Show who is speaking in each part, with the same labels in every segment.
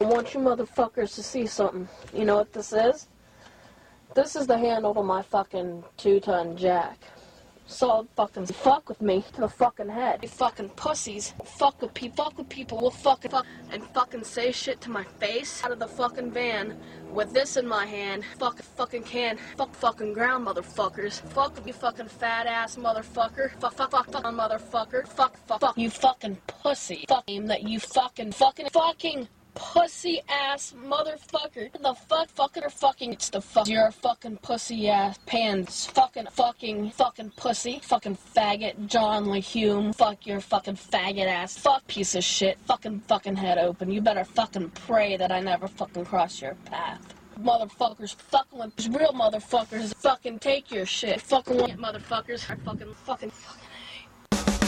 Speaker 1: I want you motherfuckers to see something. You know what this is? This is the handle to my fucking two-ton jack. Solid fucking fuck with me to the fucking head. You fucking pussies. Fuck with people. Fuck with people. We'll fucking fuck and fucking say shit to my face out of the fucking van with this in my hand. Fuck fucking can. Fuck fucking ground, motherfuckers. Fuck with you fucking fat ass motherfucker. Fuck fuck fuck fuck motherfucker. Fuck fuck fuck you fucking pussy. Fuck him that you fucking fucking fucking pussy ass motherfucker. The fuck fucking or fucking it's the fuck you're a fucking pussy ass pants fucking fucking fucking pussy fucking faggot John LeHume fuck your fucking faggot ass fuck piece of shit fucking fucking head open. You better fucking pray that I never fucking cross your path. Motherfuckers, fucking with real motherfuckers, fucking take your shit. Fucking with motherfuckers, I fucking, fucking, fucking.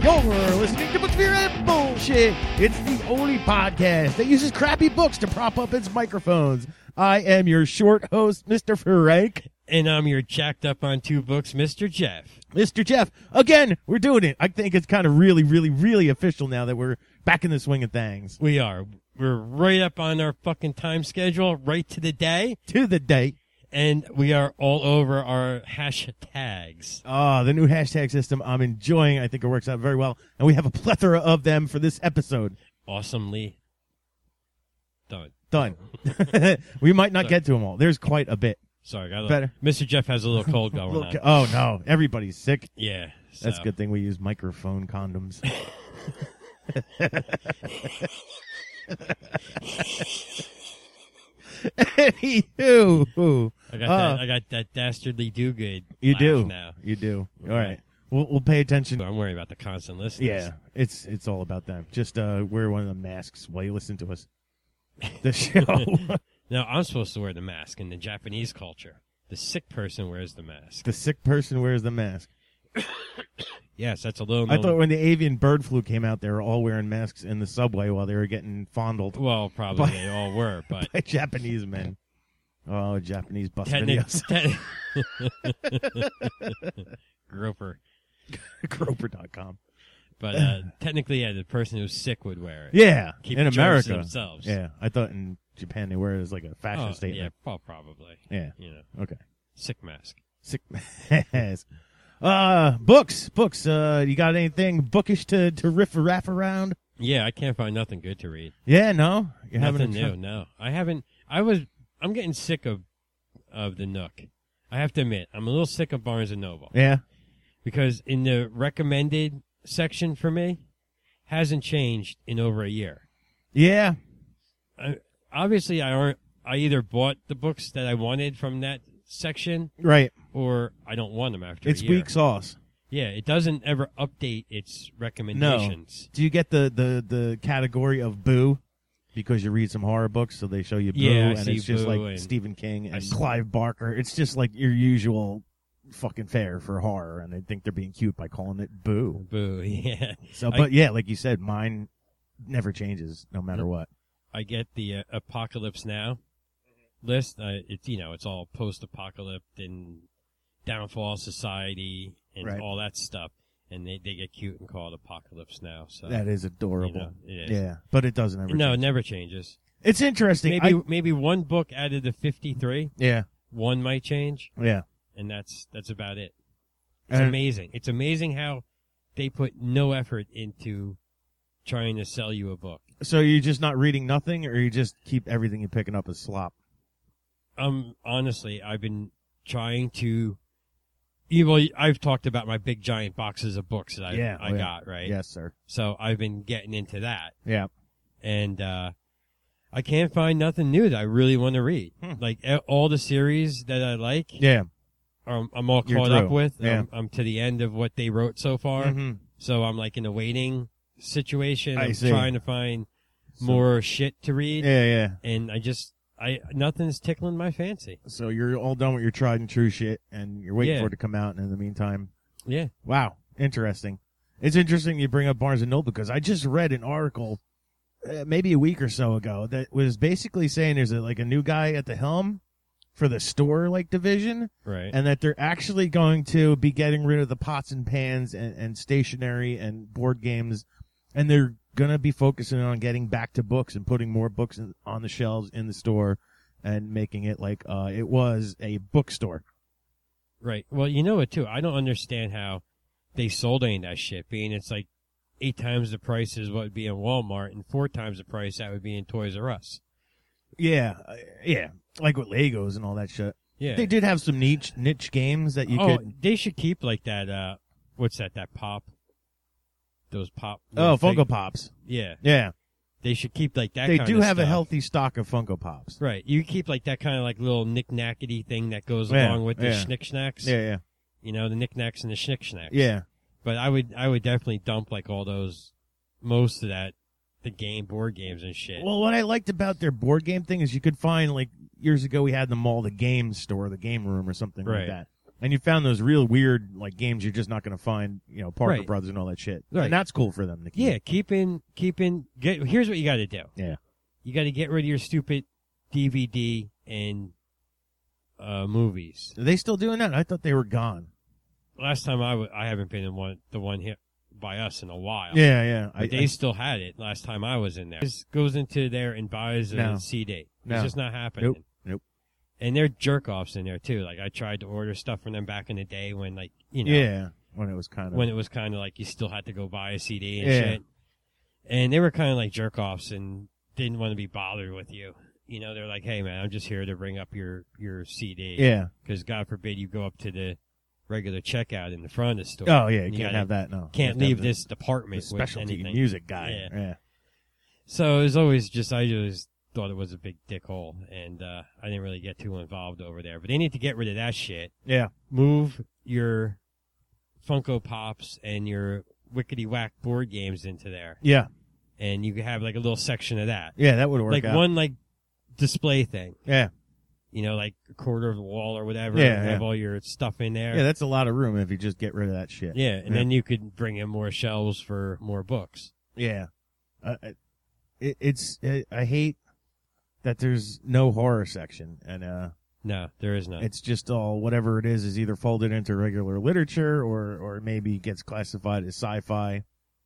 Speaker 2: You're listening to Books Beer and Bullshit. It's the only podcast that uses crappy books to prop up its microphones. I am your short host, Mr. Frank.
Speaker 3: And I'm your jacked up on two books, Mr. Jeff.
Speaker 2: Mr. Jeff, again, we're doing it. I think it's kind of really, really, really official now that we're back in the swing of things.
Speaker 3: We are. We're right up on our fucking time schedule, right to the day,
Speaker 2: To the date.
Speaker 3: and we are all over our hashtags.
Speaker 2: Ah, the new hashtag system I'm enjoying. I think it works out very well. And we have a plethora of them for this episode.
Speaker 3: Awesomely done.
Speaker 2: Done. we might not get to them all. There's quite a bit.
Speaker 3: Sorry, got a
Speaker 2: Better.
Speaker 3: Mr. Jeff has a little cold going
Speaker 2: Look,
Speaker 3: on.
Speaker 2: oh no, everybody's sick.
Speaker 3: Yeah,
Speaker 2: That's a
Speaker 3: so-
Speaker 2: good thing we use microphone condoms. Anywho,
Speaker 3: I got
Speaker 2: Uh,
Speaker 3: that. I got that dastardly do good.
Speaker 2: you do,
Speaker 3: now.
Speaker 2: you do. All right, we'll we'll pay attention.
Speaker 3: I'm worried about the constant listeners.
Speaker 2: Yeah, it's it's all about them. Just uh, wear one of the masks while you listen to us. The show.
Speaker 3: Now I'm supposed to wear the mask in the Japanese culture. The sick person wears the mask.
Speaker 2: the sick person wears the mask.
Speaker 3: Yes, that's a little.
Speaker 2: I thought when the avian bird flu came out, they were all wearing masks in the subway while they were getting fondled.
Speaker 3: Well, probably
Speaker 2: But-
Speaker 3: they all were, but
Speaker 2: by Japanese men. Oh, Japanese bus
Speaker 3: technically,
Speaker 2: videos.
Speaker 3: Groper.
Speaker 2: Groper.com.
Speaker 3: But uh, technically, yeah, the person who's sick would wear it.
Speaker 2: Yeah,
Speaker 3: Keep
Speaker 2: in
Speaker 3: the germs to
Speaker 2: America.
Speaker 3: themselves.
Speaker 2: Yeah, I thought in Japan they wear it as like a fashion
Speaker 3: Oh, yeah,
Speaker 2: statement.
Speaker 3: well, probably.
Speaker 2: Yeah.
Speaker 3: You know,
Speaker 2: Okay.
Speaker 3: sick mask.
Speaker 2: Sick. Yes. uh, books, books. Uh, you got anything bookish to to riff raff around?
Speaker 3: Yeah, I can't find nothing good to read.
Speaker 2: Yeah, no. You haven't
Speaker 3: nothing new. No, I haven't. I was. I'm getting sick of of the Nook. I have to admit, I'm a little sick of Barnes and Noble
Speaker 2: Yeah.
Speaker 3: because in the recommended section for me hasn't changed in over a year.
Speaker 2: Yeah.
Speaker 3: obviously I aren't I either bought the books that I wanted from that section
Speaker 2: Right.
Speaker 3: or I don't want them after
Speaker 2: It's
Speaker 3: a year.
Speaker 2: weak sauce.
Speaker 3: Yeah, it doesn't ever update its recommendations.
Speaker 2: Do you get the the the category of boo? Because you read some horror books, so they show you boo,
Speaker 3: Yeah, I
Speaker 2: and
Speaker 3: see
Speaker 2: it's just
Speaker 3: boo
Speaker 2: like
Speaker 3: and-
Speaker 2: Stephen King and
Speaker 3: see-
Speaker 2: Clive Barker. It's just like your usual fucking fare for horror, and they think they're being cute by calling it boo.
Speaker 3: Boo, yeah.
Speaker 2: So,
Speaker 3: I-
Speaker 2: but yeah, like you said, mine never changes no matter what.
Speaker 3: I get the uh, Apocalypse Now list. Uh, it's you know, it's all post-apocalyptic and downfall of society and
Speaker 2: Right.
Speaker 3: all that stuff, and they, they get cute and call it Apocalypse Now. So
Speaker 2: That is
Speaker 3: you know,
Speaker 2: adorable.
Speaker 3: it is.
Speaker 2: Yeah, but it doesn't ever.
Speaker 3: No, it
Speaker 2: change.
Speaker 3: never changes.
Speaker 2: it's interesting.
Speaker 3: Maybe
Speaker 2: I-
Speaker 3: maybe one book out of the fifty-three,
Speaker 2: yeah,
Speaker 3: one might change.
Speaker 2: yeah.
Speaker 3: and that's that's about it. It's
Speaker 2: And-
Speaker 3: amazing. It's amazing how they put no effort into trying to sell you a book.
Speaker 2: So you're just not reading nothing, or you just keep everything you're picking up as slop.
Speaker 3: Um, honestly, I've been trying to. you know, I've talked about my big giant boxes of books that I
Speaker 2: Yeah,
Speaker 3: I
Speaker 2: oh, yeah.
Speaker 3: got right.
Speaker 2: Yes, sir.
Speaker 3: So I've been getting into that,
Speaker 2: Yeah.
Speaker 3: and uh, I can't find nothing new that I really want to read.
Speaker 2: Hmm.
Speaker 3: Like e- all the series that I like,
Speaker 2: Yeah.
Speaker 3: um, I'm all
Speaker 2: You're
Speaker 3: caught up
Speaker 2: through.
Speaker 3: with.
Speaker 2: Yeah.
Speaker 3: I'm, I'm to the end of what they wrote so far.
Speaker 2: Mhm.
Speaker 3: So I'm like in a waiting situation.
Speaker 2: I
Speaker 3: I'm
Speaker 2: see.
Speaker 3: trying to find more shit to read,
Speaker 2: Yeah, yeah.
Speaker 3: and I just I nothing's tickling my fancy.
Speaker 2: So you're all done with your tried and true shit, and you're waiting
Speaker 3: Yeah.
Speaker 2: for it to come out. And in the meantime,
Speaker 3: Yeah,
Speaker 2: wow, interesting. It's interesting you bring up Barnes and Noble because I just read an article uh, maybe a week or so ago that was basically saying there's a, like a new guy at the helm for the store like division,
Speaker 3: Right.
Speaker 2: and that they're actually going to be getting rid of the pots and pans and, and stationery and board games, and they're gonna be focusing on getting back to books and putting more books in, on the shelves in the store and making it like uh, it was a bookstore.
Speaker 3: right. Well, you know it too. I don't understand how they sold any of that shit, being it's like eight times the price is what would be in Walmart and four times the price that would be in Toys R Us.
Speaker 2: Yeah, uh, yeah, like with Legos and all that shit.
Speaker 3: Yeah.
Speaker 2: They did have some niche niche games that you
Speaker 3: oh,
Speaker 2: could.
Speaker 3: they should keep like that. Uh, what's that? That pop. Those pop.
Speaker 2: Oh,
Speaker 3: those big-
Speaker 2: Funko Pops.
Speaker 3: Yeah,
Speaker 2: Yeah,
Speaker 3: they should keep like that.
Speaker 2: they
Speaker 3: kind
Speaker 2: do
Speaker 3: of
Speaker 2: have a
Speaker 3: stuff.
Speaker 2: healthy stock of Funko Pops.
Speaker 3: Right, you keep like that kind of like little knick-knackety thing that goes
Speaker 2: Yeah,
Speaker 3: along with the
Speaker 2: yeah.
Speaker 3: schnick-snacks.
Speaker 2: Yeah, yeah,
Speaker 3: You know the knick-knacks and the schnick-snacks.
Speaker 2: yeah.
Speaker 3: But I would, I would definitely dump like all those, most of that, the game board games and shit.
Speaker 2: Well, what I liked about their board game thing is you could find like years ago we had in the mall the game store, the game room, or something like
Speaker 3: Right.
Speaker 2: that. And you found those real weird like games you're just not going to find, you know, Parker
Speaker 3: Right.
Speaker 2: Brothers and all that shit.
Speaker 3: Right.
Speaker 2: And that's cool for them to keep.
Speaker 3: yeah, keep in, keep in. Get here's what you got to do.
Speaker 2: Yeah.
Speaker 3: you got to get rid of your stupid DVD and uh movies.
Speaker 2: Are they still doing that? I thought they were gone.
Speaker 3: last time I w- I haven't been in one the one hit by us in a while.
Speaker 2: Yeah, yeah.
Speaker 3: But they still had it last time I was in there. Just goes into there and buys a
Speaker 2: No.
Speaker 3: CD.
Speaker 2: No.
Speaker 3: It's just not happening.
Speaker 2: Nope. Nope.
Speaker 3: And they're jerk offs in there too. Like I tried to order stuff from them back in the day when like you know
Speaker 2: yeah, when it was kind of
Speaker 3: when it was kind of like you still had to go buy a CD and
Speaker 2: Yeah.
Speaker 3: shit. And they were kind of like jerk offs and didn't want to be bothered with you. You know, they're like, "Hey man, I'm just here to bring up your your CD."
Speaker 2: yeah.
Speaker 3: Because God forbid you go up to the regular checkout in the front of the store.
Speaker 2: Oh yeah, you
Speaker 3: You
Speaker 2: can't
Speaker 3: gotta-
Speaker 2: have that. No,
Speaker 3: can't
Speaker 2: You have
Speaker 3: leave
Speaker 2: to have
Speaker 3: this
Speaker 2: the- the
Speaker 3: department with
Speaker 2: specialty
Speaker 3: anything.
Speaker 2: music guy.
Speaker 3: Yeah.
Speaker 2: yeah.
Speaker 3: So it was always just I just thought it was a big dick hole, and uh, I didn't really get too involved over there. But they need to get rid of that shit.
Speaker 2: yeah.
Speaker 3: Move your Funko Pops and your Wickety Whack board games into there,
Speaker 2: Yeah,
Speaker 3: and you could have like a little section of that,
Speaker 2: yeah, that would work
Speaker 3: like
Speaker 2: out.
Speaker 3: one like display thing.
Speaker 2: Yeah.
Speaker 3: You know, like a quarter of the wall or whatever.
Speaker 2: Yeah,
Speaker 3: and
Speaker 2: yeah.
Speaker 3: Have all your stuff in there.
Speaker 2: yeah, that's a lot of room if you just get rid of that shit.
Speaker 3: Yeah, and
Speaker 2: Yeah.
Speaker 3: then you could bring in more shelves for more books.
Speaker 2: Yeah, uh, I- it, it's i I hate that there's no horror section, and uh,
Speaker 3: No, there is none.
Speaker 2: it's just all whatever it is is either folded into regular literature or or maybe gets classified as sci-fi.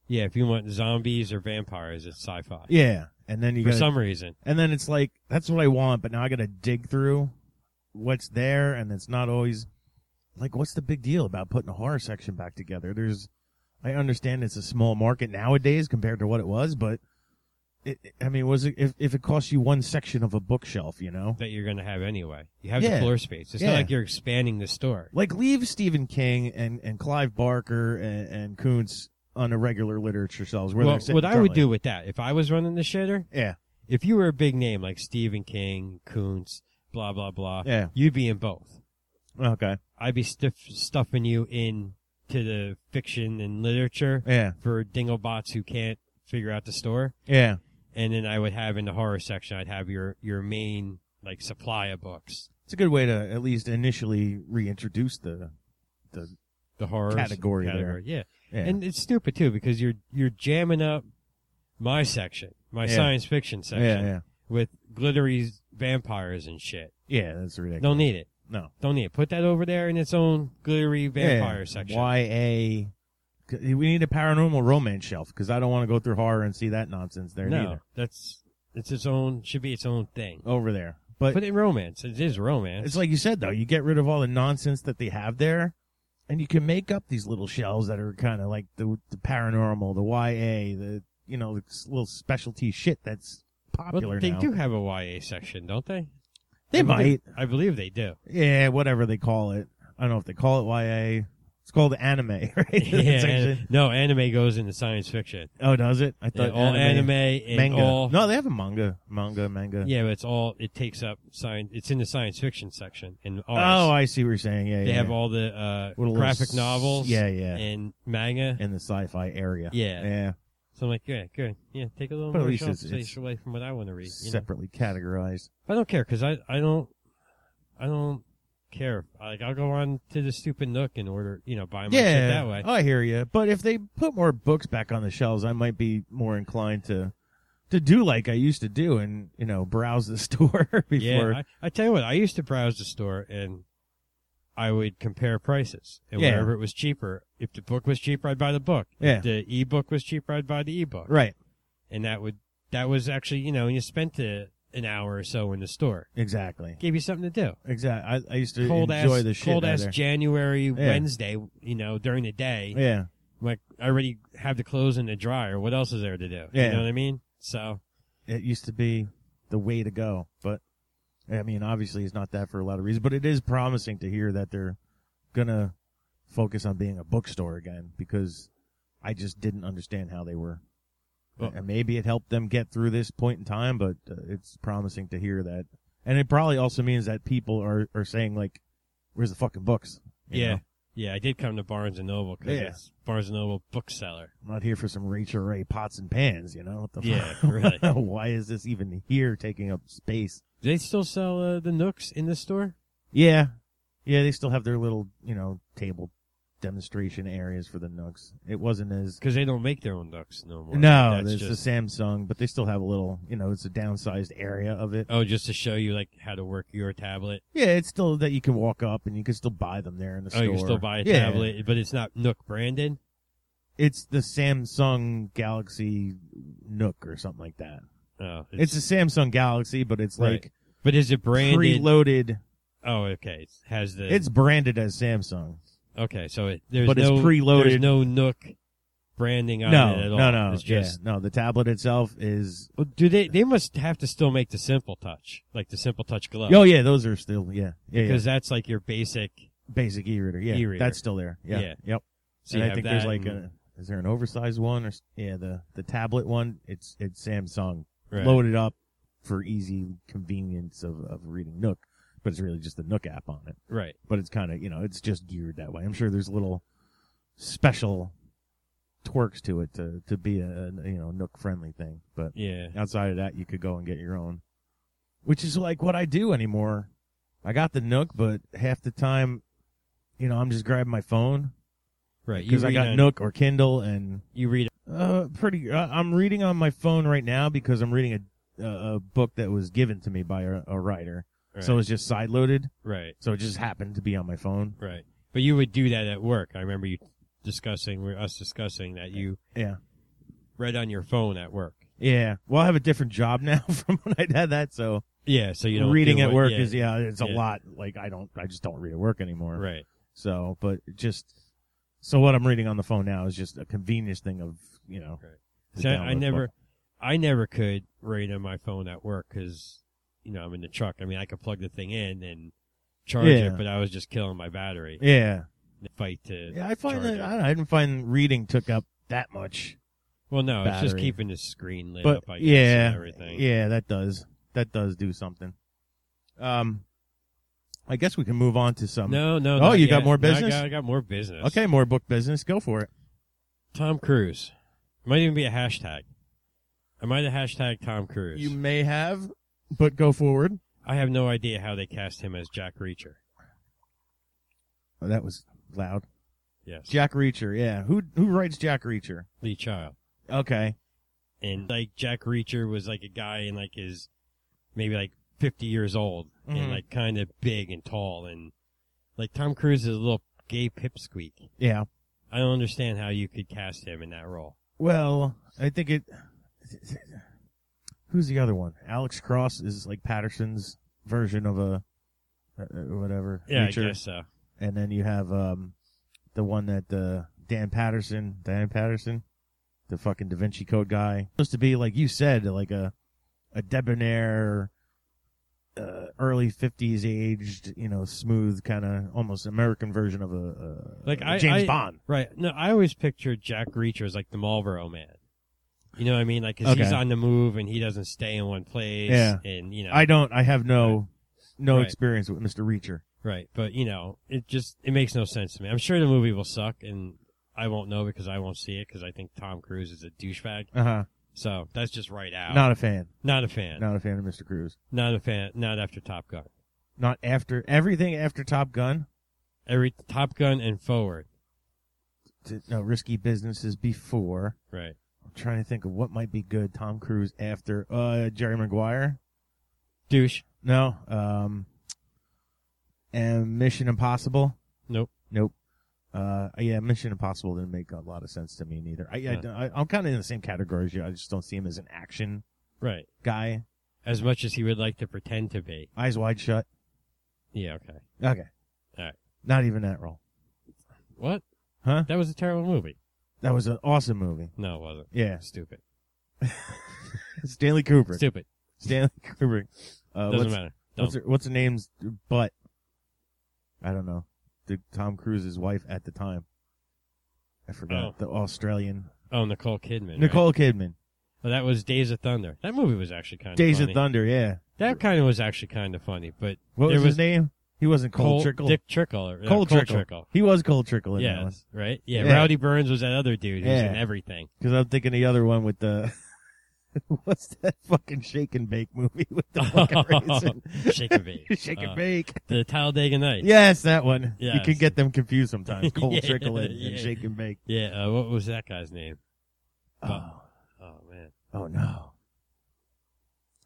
Speaker 3: Yeah, if you want zombies or vampires, it's sci-fi.
Speaker 2: Yeah, and then you
Speaker 3: For
Speaker 2: got
Speaker 3: some reason,
Speaker 2: and then it's like that's what I want, but now I got to dig through what's there, and it's not always like what's the big deal about putting a horror section back together? There's, I understand it's a small market nowadays compared to what it was, but it, it- I mean, was it if, if it costs you one section of a bookshelf, you know,
Speaker 3: that you're going to have anyway. You have
Speaker 2: Yeah.
Speaker 3: the floor space. It's
Speaker 2: Yeah.
Speaker 3: not like you're expanding the store.
Speaker 2: like leave Stephen King and and Clive Barker and, and Koontz on the regular literature shelves where
Speaker 3: Well,
Speaker 2: they're sitting
Speaker 3: what I would
Speaker 2: currently.
Speaker 3: do with that, if I was running the shitter,
Speaker 2: yeah,
Speaker 3: if you were a big name like Stephen King, Koontz, blah blah blah,
Speaker 2: yeah,
Speaker 3: you'd be in both.
Speaker 2: okay,
Speaker 3: I'd be stiff, stuffing you in to the fiction and literature
Speaker 2: yeah,
Speaker 3: for dinglebots who can't figure out the store,
Speaker 2: yeah,
Speaker 3: and then I would have in the horror section, I'd have your your main like supply of books,
Speaker 2: it's a good way to at least initially reintroduce the the
Speaker 3: the horror
Speaker 2: Category there.
Speaker 3: Yeah.
Speaker 2: Yeah.
Speaker 3: And it's stupid too because you're you're jamming up my section, my
Speaker 2: Yeah.
Speaker 3: science fiction section,
Speaker 2: yeah, yeah,
Speaker 3: with glittery vampires and shit.
Speaker 2: yeah. That's ridiculous.
Speaker 3: Don't need it.
Speaker 2: No,
Speaker 3: Don't need it. Put that over there in its own glittery vampire
Speaker 2: Yeah.
Speaker 3: section.
Speaker 2: YA. C- We need a paranormal romance shelf because I don't want to go through horror and see that nonsense there
Speaker 3: no,
Speaker 2: neither.
Speaker 3: that's it's its own should be its own thing.
Speaker 2: Over there, but
Speaker 3: Put it in romance. It is romance.
Speaker 2: it's like you said though, you get rid of all the nonsense that they have there, and you can make up these little shelves that are kind of like the the paranormal, the YA, the you know the s- little specialty shit that's
Speaker 3: well,
Speaker 2: popular
Speaker 3: they
Speaker 2: now.
Speaker 3: do have a YA section, don't they?
Speaker 2: They
Speaker 3: I
Speaker 2: might,
Speaker 3: believe- I believe they do.
Speaker 2: yeah, whatever they call it. I don't know if they call it YA. It's called anime, right?
Speaker 3: yeah,
Speaker 2: Section.
Speaker 3: an- no, anime goes into science fiction.
Speaker 2: Oh, does it? I
Speaker 3: Yeah,
Speaker 2: thought
Speaker 3: all anime, and
Speaker 2: manga.
Speaker 3: all
Speaker 2: no, they have a manga, manga, manga.
Speaker 3: Yeah, but it's all it takes up science. It's in the science fiction section and ours.
Speaker 2: Oh, I see what you're saying. Yeah,
Speaker 3: they
Speaker 2: yeah,
Speaker 3: have
Speaker 2: yeah.
Speaker 3: all the uh,
Speaker 2: With a little
Speaker 3: graphic
Speaker 2: s-
Speaker 3: novels.
Speaker 2: Yeah, yeah,
Speaker 3: and manga.
Speaker 2: in the sci-fi area.
Speaker 3: Yeah.
Speaker 2: yeah,
Speaker 3: so I'm like, yeah, good. Yeah, take a little
Speaker 2: But at
Speaker 3: more
Speaker 2: least
Speaker 3: shelf
Speaker 2: it's-
Speaker 3: space
Speaker 2: it's
Speaker 3: away from what I want to read. You know?
Speaker 2: separately categorized.
Speaker 3: I don't care because I I don't I don't care. Like I'll go on to the stupid Nook and order you know buy my shit that way.
Speaker 2: I hear you. But if they put more books back on the shelves, I might be more inclined to to do like I used to do and you know browse the store before.
Speaker 3: Yeah, I, I tell you what, I used to browse the store and I would compare prices. And
Speaker 2: Yeah.
Speaker 3: wherever it was cheaper, if the book was cheaper, I'd buy the book.
Speaker 2: Yeah.
Speaker 3: If the ebook was cheaper, I'd buy the ebook.
Speaker 2: right,
Speaker 3: And that would that was actually you know, and you spent the, an hour or so in the store.
Speaker 2: exactly,
Speaker 3: Gave you something to do.
Speaker 2: exactly. I, I used to
Speaker 3: Cold
Speaker 2: enjoy
Speaker 3: ass
Speaker 2: the shit
Speaker 3: cold
Speaker 2: out of
Speaker 3: ass
Speaker 2: there.
Speaker 3: January Wednesday, you know, during the day.
Speaker 2: yeah,
Speaker 3: Like I already have the clothes in the dryer. What else is there to do?
Speaker 2: Yeah.
Speaker 3: You know what I mean? So
Speaker 2: it used to be the way to go, but I mean, obviously, it's not that for a lot of reasons. But it is promising to hear that they're gonna focus on being a bookstore again because I just didn't understand how they were.
Speaker 3: Well-
Speaker 2: and maybe it helped them get through this point in time, but uh, it's promising to hear that. And it probably also means that people are, are saying like, "Where's the fucking books?" You
Speaker 3: yeah.
Speaker 2: know?
Speaker 3: Yeah, I did come to Barnes and Noble because
Speaker 2: Yeah.
Speaker 3: it's Barnes and Noble bookseller.
Speaker 2: I'm not here for some Rachel Ray pots and pans. You know what the
Speaker 3: Yeah,
Speaker 2: fuck?
Speaker 3: really.
Speaker 2: Why is this even here taking up space?
Speaker 3: Do they still sell uh, the Nooks in the store?
Speaker 2: Yeah. Yeah, they still have their little, you know, table demonstration areas for the Nooks. It wasn't as
Speaker 3: Because they don't make their own Nooks no more.
Speaker 2: no,
Speaker 3: That's
Speaker 2: there's
Speaker 3: just,
Speaker 2: the Samsung, but they still have a little, you know, it's a downsized area of it.
Speaker 3: oh, just to show you like how to work your tablet.
Speaker 2: Yeah, it's still that you can walk up and you can still buy them there in the
Speaker 3: Oh,
Speaker 2: store.
Speaker 3: you can still buy a
Speaker 2: Yeah.
Speaker 3: tablet, but it's not Nook branded.
Speaker 2: It's the Samsung Galaxy Nook or something like that.
Speaker 3: Oh,
Speaker 2: It's, a Samsung Galaxy, but it's
Speaker 3: Right.
Speaker 2: like
Speaker 3: but is it branded?
Speaker 2: preloaded.
Speaker 3: oh, okay. It has the
Speaker 2: It's branded as Samsung.
Speaker 3: okay. So it there's
Speaker 2: but it's
Speaker 3: no
Speaker 2: preloaded.
Speaker 3: There's no Nook branding on
Speaker 2: No,
Speaker 3: it at all.
Speaker 2: no, no,
Speaker 3: It's just
Speaker 2: yeah, no. The tablet itself is
Speaker 3: Well, do they? They must have to still make the Simple Touch, like the Simple Touch glove,
Speaker 2: Oh yeah, those are still yeah yeah, yeah.
Speaker 3: because that's like your basic.
Speaker 2: basic e-reader yeah
Speaker 3: E-reader.
Speaker 2: that's still there yeah,
Speaker 3: Yeah.
Speaker 2: yep.
Speaker 3: So
Speaker 2: and
Speaker 3: you
Speaker 2: I
Speaker 3: have
Speaker 2: think there's
Speaker 3: that
Speaker 2: like
Speaker 3: and-
Speaker 2: a is there an oversized one or s- yeah the the tablet one it's it's Samsung
Speaker 3: right.
Speaker 2: loaded up for easy convenience of of reading Nook, but it's really just the Nook app on it.
Speaker 3: Right.
Speaker 2: But it's kind of you know it's just geared that way. I'm sure there's little special twerks to it to to be a, a you know Nook friendly thing, but
Speaker 3: Yeah.
Speaker 2: outside of that you could go and get your own which is like what i do anymore i got the nook but half the time you know i'm just grabbing my phone
Speaker 3: Right. You
Speaker 2: because i
Speaker 3: read
Speaker 2: got
Speaker 3: on-
Speaker 2: nook or kindle and
Speaker 3: You read
Speaker 2: uh pretty uh, i'm reading on my phone right now because i'm reading a uh, a book that was given to me by a, a writer
Speaker 3: Right.
Speaker 2: so it's just side loaded
Speaker 3: right,
Speaker 2: so it just happened to be on my phone
Speaker 3: right. But you would do that at work. I remember you discussing we- us discussing that you
Speaker 2: yeah
Speaker 3: read on your phone at work.
Speaker 2: yeah well i have a different job now from when i had that so
Speaker 3: Yeah. So you don't
Speaker 2: reading
Speaker 3: do
Speaker 2: at
Speaker 3: what-
Speaker 2: work
Speaker 3: yeah,
Speaker 2: is yeah it's a
Speaker 3: Yeah.
Speaker 2: lot like i don't i just don't read at work anymore
Speaker 3: right.
Speaker 2: So, but just so what I'm reading on the phone now is just a convenience thing of you know.
Speaker 3: Right.
Speaker 2: the
Speaker 3: So I, I
Speaker 2: download
Speaker 3: never,
Speaker 2: button.
Speaker 3: I never could read on my phone at work because you know I'm in the truck. I mean, I could plug the thing in and charge
Speaker 2: Yeah.
Speaker 3: it, but I was just killing my battery.
Speaker 2: Yeah,
Speaker 3: The fight to
Speaker 2: yeah. I find
Speaker 3: charge
Speaker 2: that
Speaker 3: it.
Speaker 2: I, don't know, I didn't find reading took up that much,
Speaker 3: well, no, it's just
Speaker 2: battery.
Speaker 3: keeping the screen lit
Speaker 2: but
Speaker 3: up. I guess,
Speaker 2: yeah,
Speaker 3: and everything.
Speaker 2: yeah, that does that does do something. Um, I guess we can move on to some.
Speaker 3: No, no.
Speaker 2: Oh,
Speaker 3: not
Speaker 2: you got
Speaker 3: yet.
Speaker 2: more
Speaker 3: No, I
Speaker 2: business?
Speaker 3: got- I got more business.
Speaker 2: Okay, more book business. Go for it.
Speaker 3: Tom Cruise. Might even be a hashtag. I might have hashtag Tom Cruise.
Speaker 2: You may have, but go forward.
Speaker 3: I have no idea how they cast him as Jack Reacher.
Speaker 2: Oh, that was loud.
Speaker 3: Yes.
Speaker 2: Jack Reacher. Yeah. Who who writes Jack Reacher?
Speaker 3: Lee Child.
Speaker 2: Okay.
Speaker 3: And like Jack Reacher was like a guy in like his maybe like fifty years old
Speaker 2: Mhm.
Speaker 3: and like kind of big and tall and like Tom Cruise is a little gay pipsqueak.
Speaker 2: Yeah.
Speaker 3: I don't understand how you could cast him in that role.
Speaker 2: Well, I think it. Who's the other one? Alex Cross is like Patterson's version of a uh, uh, whatever.
Speaker 3: Yeah,
Speaker 2: creature.
Speaker 3: I guess so.
Speaker 2: And then you have um, the one that uh, Dan Patterson, Dan Patterson, the fucking Da Vinci Code guy, supposed to be like you said, like a a debonair, uh, early fifties aged, you know, smooth kind of almost American version of a, a
Speaker 3: Like,
Speaker 2: a
Speaker 3: I-
Speaker 2: James
Speaker 3: I-
Speaker 2: Bond.
Speaker 3: Right. No, I always picture Jack Reacher as like the Marlboro man. You know what I mean? Like, 'cause he's
Speaker 2: Okay.
Speaker 3: on the move and he doesn't stay in one place.
Speaker 2: Yeah.
Speaker 3: And, you know,
Speaker 2: I don't. I have no no
Speaker 3: Right.
Speaker 2: experience with Mister Reacher.
Speaker 3: right. But, you know, it just, it makes no sense to me. I'm sure the movie will suck and I won't know because I won't see it because I think Tom Cruise is a douchebag.
Speaker 2: Uh huh.
Speaker 3: So that's just right Uh-huh. out.
Speaker 2: Not a fan.
Speaker 3: Not a fan.
Speaker 2: Not a fan of Mr. Cruz.
Speaker 3: Not a fan. Not after Top Gun.
Speaker 2: Not after everything after Top Gun.
Speaker 3: Every Top Gun and forward.
Speaker 2: to- no, Risky Business is before.
Speaker 3: Right.
Speaker 2: trying to think of what might be good Tom Cruise after uh Jerry Maguire.
Speaker 3: Douche.
Speaker 2: No. Um and Mission Impossible.
Speaker 3: Nope.
Speaker 2: Nope. Uh yeah, Mission Impossible didn't make a lot of sense to me neither. I,
Speaker 3: Yeah.
Speaker 2: I, I am kind of in the same category as you. I just don't see him as an action
Speaker 3: Right.
Speaker 2: guy.
Speaker 3: As much as he would like to pretend to be.
Speaker 2: Eyes wide shut.
Speaker 3: Yeah, okay.
Speaker 2: Okay.
Speaker 3: All right.
Speaker 2: Not even that role.
Speaker 3: What?
Speaker 2: Huh?
Speaker 3: That was a terrible movie.
Speaker 2: That was an awesome movie.
Speaker 3: No, it wasn't.
Speaker 2: Yeah.
Speaker 3: Stupid.
Speaker 2: Stanley Kubrick.
Speaker 3: Stupid.
Speaker 2: Stanley Kubrick. Uh,
Speaker 3: Doesn't
Speaker 2: what's,
Speaker 3: matter. Dumb.
Speaker 2: what's her, what's her name's butt? I don't know. The Tom Cruise's wife at the time. I forgot.
Speaker 3: Oh.
Speaker 2: The Australian
Speaker 3: Oh, Nicole Kidman. right?
Speaker 2: Nicole Kidman.
Speaker 3: Oh, that was Days of Thunder. That movie was actually kind of
Speaker 2: Days
Speaker 3: funny.
Speaker 2: of Thunder. Yeah.
Speaker 3: That kind of was actually kind of funny, but
Speaker 2: What
Speaker 3: There
Speaker 2: was,
Speaker 3: was-
Speaker 2: his name? He wasn't Cole,
Speaker 3: Cole-
Speaker 2: Trickle.
Speaker 3: Dick Trickle, or, uh,
Speaker 2: Cole Trickle.
Speaker 3: Trickle.
Speaker 2: He was Cold Trickle in that
Speaker 3: Yeah,
Speaker 2: one.
Speaker 3: right. Yeah,
Speaker 2: Yeah.
Speaker 3: Rowdy Burns was that other dude who's
Speaker 2: Yeah.
Speaker 3: in everything.
Speaker 2: Because I'm thinking the other one with the. What's that fucking shake and bake movie with the fucking raisin?
Speaker 3: Shake and bake.
Speaker 2: shake and
Speaker 3: Uh,
Speaker 2: bake.
Speaker 3: The Talladega Nights.
Speaker 2: Yes, that one. You
Speaker 3: Yes.
Speaker 2: can get them confused sometimes. Cold
Speaker 3: Yeah,
Speaker 2: Trickle and, and
Speaker 3: yeah.
Speaker 2: Shake and Bake.
Speaker 3: Yeah. Uh, what was that guy's name?
Speaker 2: Oh,
Speaker 3: Oh man.
Speaker 2: oh no.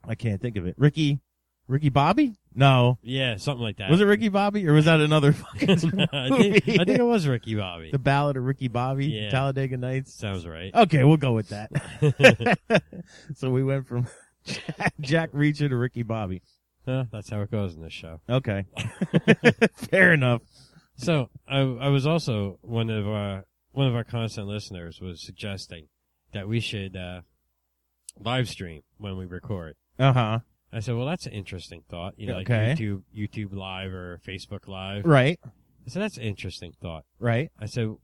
Speaker 2: I can't think of it. Ricky Ricky Bobby? No.
Speaker 3: Yeah, something like that.
Speaker 2: Was it Ricky Bobby or was that another fucking
Speaker 3: No, I,
Speaker 2: movie?
Speaker 3: think, I think it was Ricky Bobby.
Speaker 2: The Ballad of Ricky Bobby,
Speaker 3: Yeah.
Speaker 2: Talladega Nights.
Speaker 3: Sounds right.
Speaker 2: Okay, we'll go with that. so we went from Jack, Jack Reacher to Ricky Bobby.
Speaker 3: Huh, that's how it goes in this show.
Speaker 2: Okay. Fair enough.
Speaker 3: So I, I was also one of our one of our constant listeners was suggesting that we should uh, live stream when we record.
Speaker 2: Uh huh.
Speaker 3: I said, well, that's an interesting thought. You know,
Speaker 2: Okay.
Speaker 3: like YouTube, YouTube Live or Facebook Live.
Speaker 2: Right.
Speaker 3: I said, that's an interesting thought.
Speaker 2: Right.
Speaker 3: I said,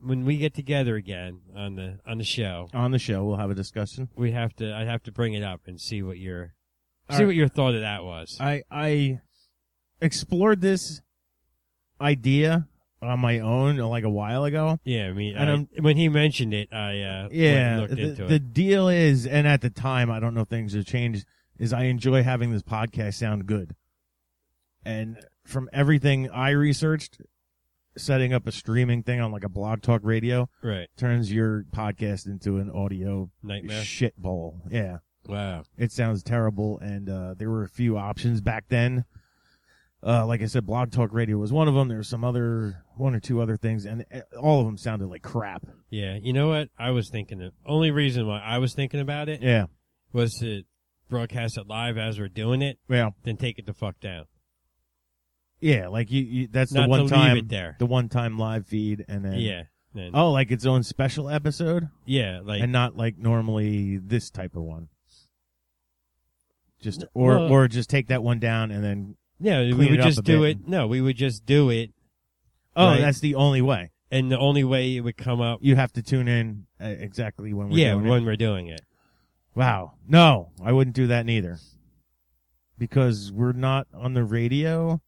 Speaker 3: when we get together again on the on the show,
Speaker 2: On the show, we'll have a discussion.
Speaker 3: we have to. I have to bring it up and see what your
Speaker 2: All
Speaker 3: see
Speaker 2: right. Uh,
Speaker 3: what your thought of that was.
Speaker 2: I I explored this idea on my own like a while ago.
Speaker 3: yeah, I mean,
Speaker 2: And
Speaker 3: I-
Speaker 2: I'm-
Speaker 3: when he mentioned it, I uh, went and
Speaker 2: Yeah,
Speaker 3: looked
Speaker 2: the,
Speaker 3: into
Speaker 2: the
Speaker 3: it.
Speaker 2: deal is, and at the time, I don't know if things have changed. Is I enjoy having this podcast sound good, and from everything I researched, setting up a streaming thing on like a blog talk radio
Speaker 3: Right,
Speaker 2: turns your podcast into an audio
Speaker 3: nightmare.
Speaker 2: shit bowl. Yeah.
Speaker 3: wow.
Speaker 2: It sounds terrible, and uh, there were a few options back then. Uh, like I said, Blog Talk Radio was one of them. There was some other one or two other things, and uh, all of them sounded like crap.
Speaker 3: Yeah, you know what? I was thinking the only reason why I was thinking about it
Speaker 2: Yeah,
Speaker 3: was to broadcast it live as we're doing it,
Speaker 2: well,
Speaker 3: then take it the fuck down.
Speaker 2: yeah, like you, you that's
Speaker 3: Not
Speaker 2: the one
Speaker 3: to
Speaker 2: time,
Speaker 3: leave it there.
Speaker 2: the one time live feed, and then
Speaker 3: yeah. then-
Speaker 2: oh, like its own special episode,
Speaker 3: yeah, like
Speaker 2: and not like normally this type of one. Just or
Speaker 3: well-
Speaker 2: or just take that one down, and then
Speaker 3: Yeah, we
Speaker 2: clean it
Speaker 3: would
Speaker 2: up a
Speaker 3: just do
Speaker 2: bit
Speaker 3: it. No, we would just do it,
Speaker 2: oh,
Speaker 3: Right.
Speaker 2: that's the only way.
Speaker 3: and the only way it would come up.
Speaker 2: You have to tune in uh, exactly when we're
Speaker 3: yeah,
Speaker 2: doing it.
Speaker 3: when we're doing it.
Speaker 2: Wow. No, I wouldn't do that neither. Because we're not on the radio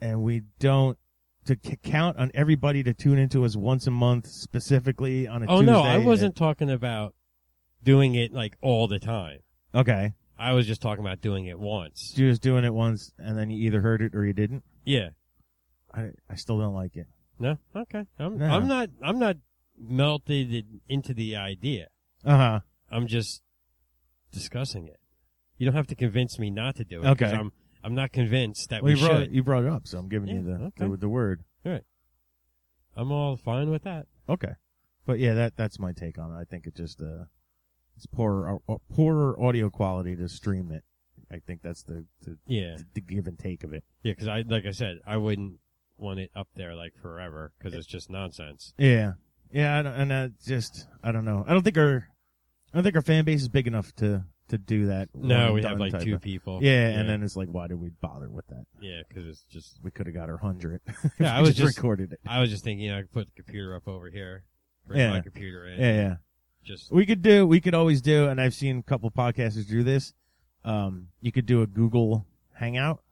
Speaker 2: and we don't to c- count on everybody to tune into us once a month specifically on a
Speaker 3: Oh
Speaker 2: Tuesday.
Speaker 3: no, I wasn't talking about doing it like all the time.
Speaker 2: Okay.
Speaker 3: I was just talking about doing it once.
Speaker 2: You was doing it once and then you either heard it or you didn't.
Speaker 3: Yeah.
Speaker 2: I, I still don't like it.
Speaker 3: No. Okay. I'm,
Speaker 2: No.
Speaker 3: I'm not. I'm not melted in- into the idea.
Speaker 2: Uh huh.
Speaker 3: I'm just discussing it. You don't have to convince me not to do it.
Speaker 2: Okay.
Speaker 3: 'cause I'm. I'm not convinced that
Speaker 2: Well,
Speaker 3: we
Speaker 2: you brought,
Speaker 3: should.
Speaker 2: you brought it up, so I'm giving you
Speaker 3: Yeah,
Speaker 2: the,
Speaker 3: okay.
Speaker 2: the the word.
Speaker 3: I'm all fine with that.
Speaker 2: Okay. But yeah, that that's my take on it. I think it just uh, it's poorer uh, poorer audio quality to stream it. I think that's the, the
Speaker 3: Yeah.
Speaker 2: the give and take of it.
Speaker 3: Yeah. Because I, like I said, I wouldn't want it up there like forever because it's just nonsense.
Speaker 2: Yeah, yeah, I don't- and uh, just I don't know. I don't think our I don't think our fan base is big enough to to do that.
Speaker 3: No,
Speaker 2: one
Speaker 3: we
Speaker 2: done
Speaker 3: have like
Speaker 2: type
Speaker 3: two
Speaker 2: of-
Speaker 3: people.
Speaker 2: yeah, and then it's like, why did we bother with that?
Speaker 3: yeah, because it's just.
Speaker 2: We could have got our hundred.
Speaker 3: Yeah, I was just-
Speaker 2: recorded it.
Speaker 3: I was just thinking, you know, I could put the computer up over here, bring
Speaker 2: Yeah.
Speaker 3: my computer in,
Speaker 2: Yeah, yeah.
Speaker 3: just
Speaker 2: We could do. We could always do. And I've seen a couple podcasters do this. Um, you could do a Google Hangout.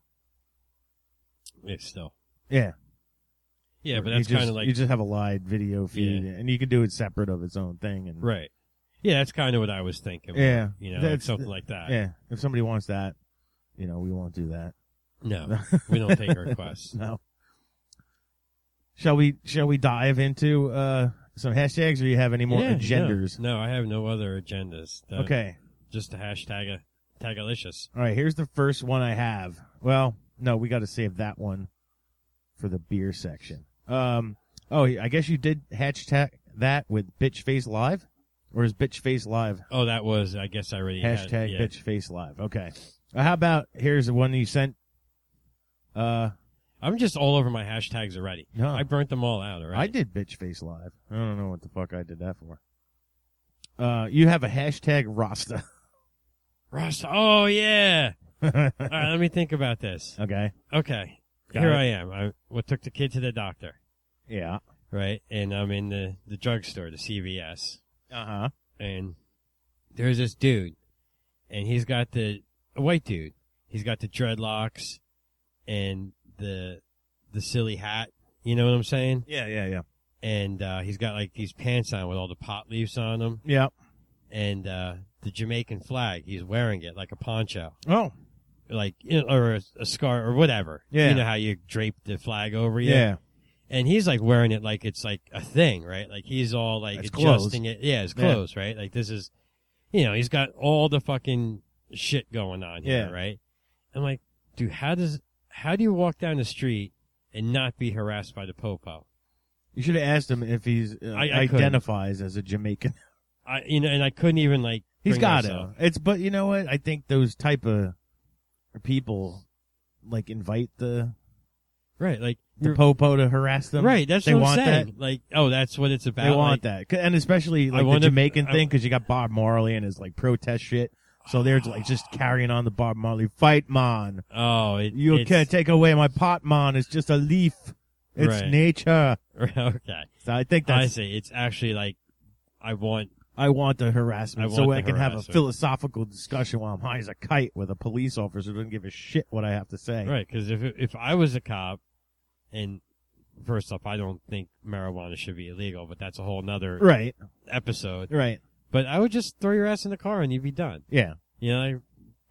Speaker 3: yeah, still.
Speaker 2: Yeah,
Speaker 3: Yeah, but
Speaker 2: You
Speaker 3: that's
Speaker 2: just-
Speaker 3: kind of like
Speaker 2: you just have a live video feed,
Speaker 3: Yeah.
Speaker 2: and you can do it separate of its own thing. And
Speaker 3: right. Yeah, that's kind of what I was thinking.
Speaker 2: Yeah,
Speaker 3: you know, like
Speaker 2: that's-
Speaker 3: something like that.
Speaker 2: yeah, if somebody wants that, you know, we won't do that.
Speaker 3: No, we don't take requests.
Speaker 2: No. Shall we shall we dive into uh some hashtags, or you have any more
Speaker 3: Yeah,
Speaker 2: agendas?
Speaker 3: No, no, I have no other agendas. Uh,
Speaker 2: Okay.
Speaker 3: Just the hashtag uh, tagalicious.
Speaker 2: All right. Here's the first one I have. Well, no, we got to save that one for the beer section. Um. Oh, I guess you did hashtag that with bitch face live, or is bitch face live
Speaker 3: Oh, that was, I guess I already had
Speaker 2: Hashtag
Speaker 3: yeah.
Speaker 2: bitch face live. Okay. Uh, how about here's the one you sent? Uh,
Speaker 3: I'm just all over my hashtags already.
Speaker 2: No.
Speaker 3: I burnt them all out already.
Speaker 2: I did bitch face live. I don't know what the fuck I did that for. Uh, you have a hashtag Rasta.
Speaker 3: Rasta. Oh, yeah. all
Speaker 2: okay.
Speaker 3: right, let me think about this. Okay.
Speaker 2: Uh, Got
Speaker 3: Here
Speaker 2: it.
Speaker 3: I am. I what took the kid to the doctor,
Speaker 2: Yeah.
Speaker 3: right? And I'm in the, the drugstore, the CVS.
Speaker 2: Uh huh.
Speaker 3: and there's this dude, and he's got the a white dude. He's got the dreadlocks and the the silly hat. You know what I'm saying?
Speaker 2: Yeah, yeah, yeah.
Speaker 3: And uh, he's got like these pants on with all the pot leaves on them,
Speaker 2: Yeah.
Speaker 3: and uh, the Jamaican flag. He's wearing it like a poncho,
Speaker 2: Oh,
Speaker 3: like you know, or a, a scarf or whatever.
Speaker 2: Yeah.
Speaker 3: you know how you drape the flag over you.
Speaker 2: yeah.
Speaker 3: and he's like wearing it like it's like a thing, right? Like he's all like
Speaker 2: It's
Speaker 3: adjusting it. Yeah, it's
Speaker 2: Yeah.
Speaker 3: clothes, right? Like this is, you know, he's got all the fucking shit going on here,
Speaker 2: Yeah.
Speaker 3: right? I'm like, dude, how does how do you walk down the street and not be harassed by the popo?
Speaker 2: You should have asked him if he's uh,
Speaker 3: I- I
Speaker 2: identifies as a Jamaican.
Speaker 3: I, you know, and I couldn't even like.
Speaker 2: He's
Speaker 3: bring
Speaker 2: got it.
Speaker 3: myself-
Speaker 2: It's but you know what? I think those type of people like invite the
Speaker 3: right, like
Speaker 2: the
Speaker 3: you're-
Speaker 2: popo to harass them.
Speaker 3: right. That's
Speaker 2: they
Speaker 3: what I'm
Speaker 2: want
Speaker 3: saying.
Speaker 2: that.
Speaker 3: Like, oh, that's what it's about.
Speaker 2: They want
Speaker 3: like,
Speaker 2: that, 'Cause- and especially
Speaker 3: I
Speaker 2: like the
Speaker 3: wonder-
Speaker 2: Jamaican
Speaker 3: I-
Speaker 2: thing, because you got Bob Marley and his like protest shit. So they're like just carrying on the Bob Marley fight, man.
Speaker 3: Oh, it,
Speaker 2: You
Speaker 3: it's-
Speaker 2: can't take away my pot, man. It's just a leaf. It's
Speaker 3: Right.
Speaker 2: nature.
Speaker 3: okay,
Speaker 2: So I think
Speaker 3: I
Speaker 2: that's
Speaker 3: see. It's actually like, I want
Speaker 2: I want the harassment,
Speaker 3: I
Speaker 2: so
Speaker 3: want
Speaker 2: I
Speaker 3: the
Speaker 2: can have a
Speaker 3: harassment.
Speaker 2: philosophical discussion while I'm high as a kite with a police officer who doesn't give a shit what I have to say.
Speaker 3: Right, because if if I was a cop, and first off, I don't think marijuana should be illegal, but that's a whole nother
Speaker 2: right,
Speaker 3: episode.
Speaker 2: right.
Speaker 3: But I would just throw your ass in the car and you'd be done.
Speaker 2: Yeah,
Speaker 3: You know, like,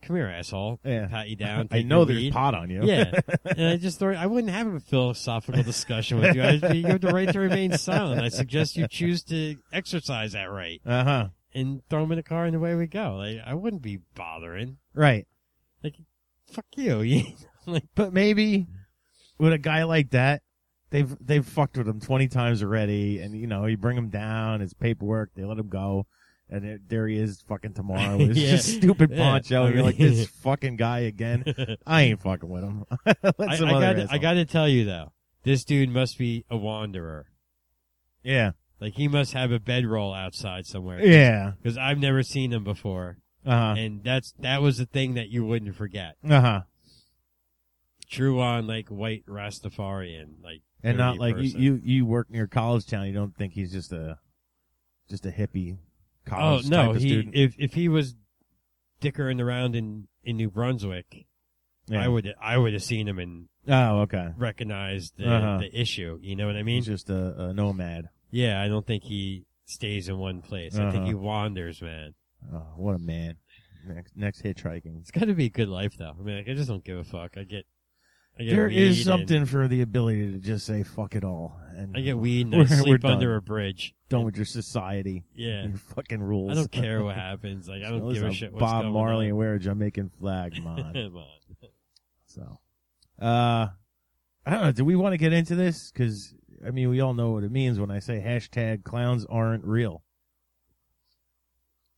Speaker 3: come here, asshole.
Speaker 2: yeah.
Speaker 3: Pat you down.
Speaker 2: I
Speaker 3: take
Speaker 2: know
Speaker 3: your
Speaker 2: there's
Speaker 3: weed.
Speaker 2: pot on you.
Speaker 3: Yeah, and I just throw. I wouldn't have a philosophical discussion with you. I'd be, you have the right to remain silent. I suggest you choose to exercise that right
Speaker 2: uh huh.
Speaker 3: and throw them in the car, and away we go. Like I wouldn't be bothering.
Speaker 2: Right.
Speaker 3: Fuck you.
Speaker 2: But maybe with a guy like that, they've they've fucked with him twenty times already, and you know you bring him down. It's paperwork. They let him go, and it, there he is fucking tomorrow with
Speaker 3: Yeah.
Speaker 2: his stupid
Speaker 3: Yeah.
Speaker 2: poncho.
Speaker 3: I
Speaker 2: and you're like
Speaker 3: mean-
Speaker 2: this fucking guy again. I ain't fucking with him. Let
Speaker 3: I,
Speaker 2: some
Speaker 3: I
Speaker 2: other
Speaker 3: got. I
Speaker 2: asshole.
Speaker 3: got to tell you though, this dude must be a wanderer.
Speaker 2: Yeah,
Speaker 3: Like he must have a bedroll outside somewhere.
Speaker 2: yeah.
Speaker 3: Because I've never seen him before,
Speaker 2: Uh
Speaker 3: and that's that was the thing that you wouldn't forget.
Speaker 2: huh. Uh huh.
Speaker 3: True on like white Rastafarian, like
Speaker 2: And not
Speaker 3: dirty
Speaker 2: like you,
Speaker 3: person.
Speaker 2: you. You work near college town. You don't think he's just a just a hippie
Speaker 3: Oh
Speaker 2: college
Speaker 3: no,
Speaker 2: type of
Speaker 3: he
Speaker 2: student.
Speaker 3: if if he was dickering around in in New Brunswick,
Speaker 2: Yeah.
Speaker 3: I would I would have seen him and
Speaker 2: oh okay.
Speaker 3: recognized the,
Speaker 2: Uh-huh.
Speaker 3: the issue. You know what I mean?
Speaker 2: He's just a, a nomad.
Speaker 3: Yeah, I don't think he stays in one place. I think
Speaker 2: Uh-huh.
Speaker 3: he wanders, man.
Speaker 2: Oh, what a man. Next, next hitchhiking.
Speaker 3: It's got to be a good life, though. I mean, like, I just don't give a fuck. I get, I get
Speaker 2: There
Speaker 3: weed
Speaker 2: is
Speaker 3: and-
Speaker 2: something for the ability to just say fuck it all and
Speaker 3: I get weed and
Speaker 2: We're-
Speaker 3: I
Speaker 2: we're
Speaker 3: sleep
Speaker 2: done.
Speaker 3: under a bridge.
Speaker 2: done with your society,
Speaker 3: Yeah,
Speaker 2: your fucking rules.
Speaker 3: I don't care what happens. Like I don't
Speaker 2: Listen,
Speaker 3: give a shit. What's
Speaker 2: Bob
Speaker 3: going
Speaker 2: Marley
Speaker 3: on.
Speaker 2: and wear a Jamaican flag, man.
Speaker 3: Come on.
Speaker 2: so, uh, I don't know. Do we want to get into this? Because I mean, we all know what it means when I say hashtag clowns aren't real.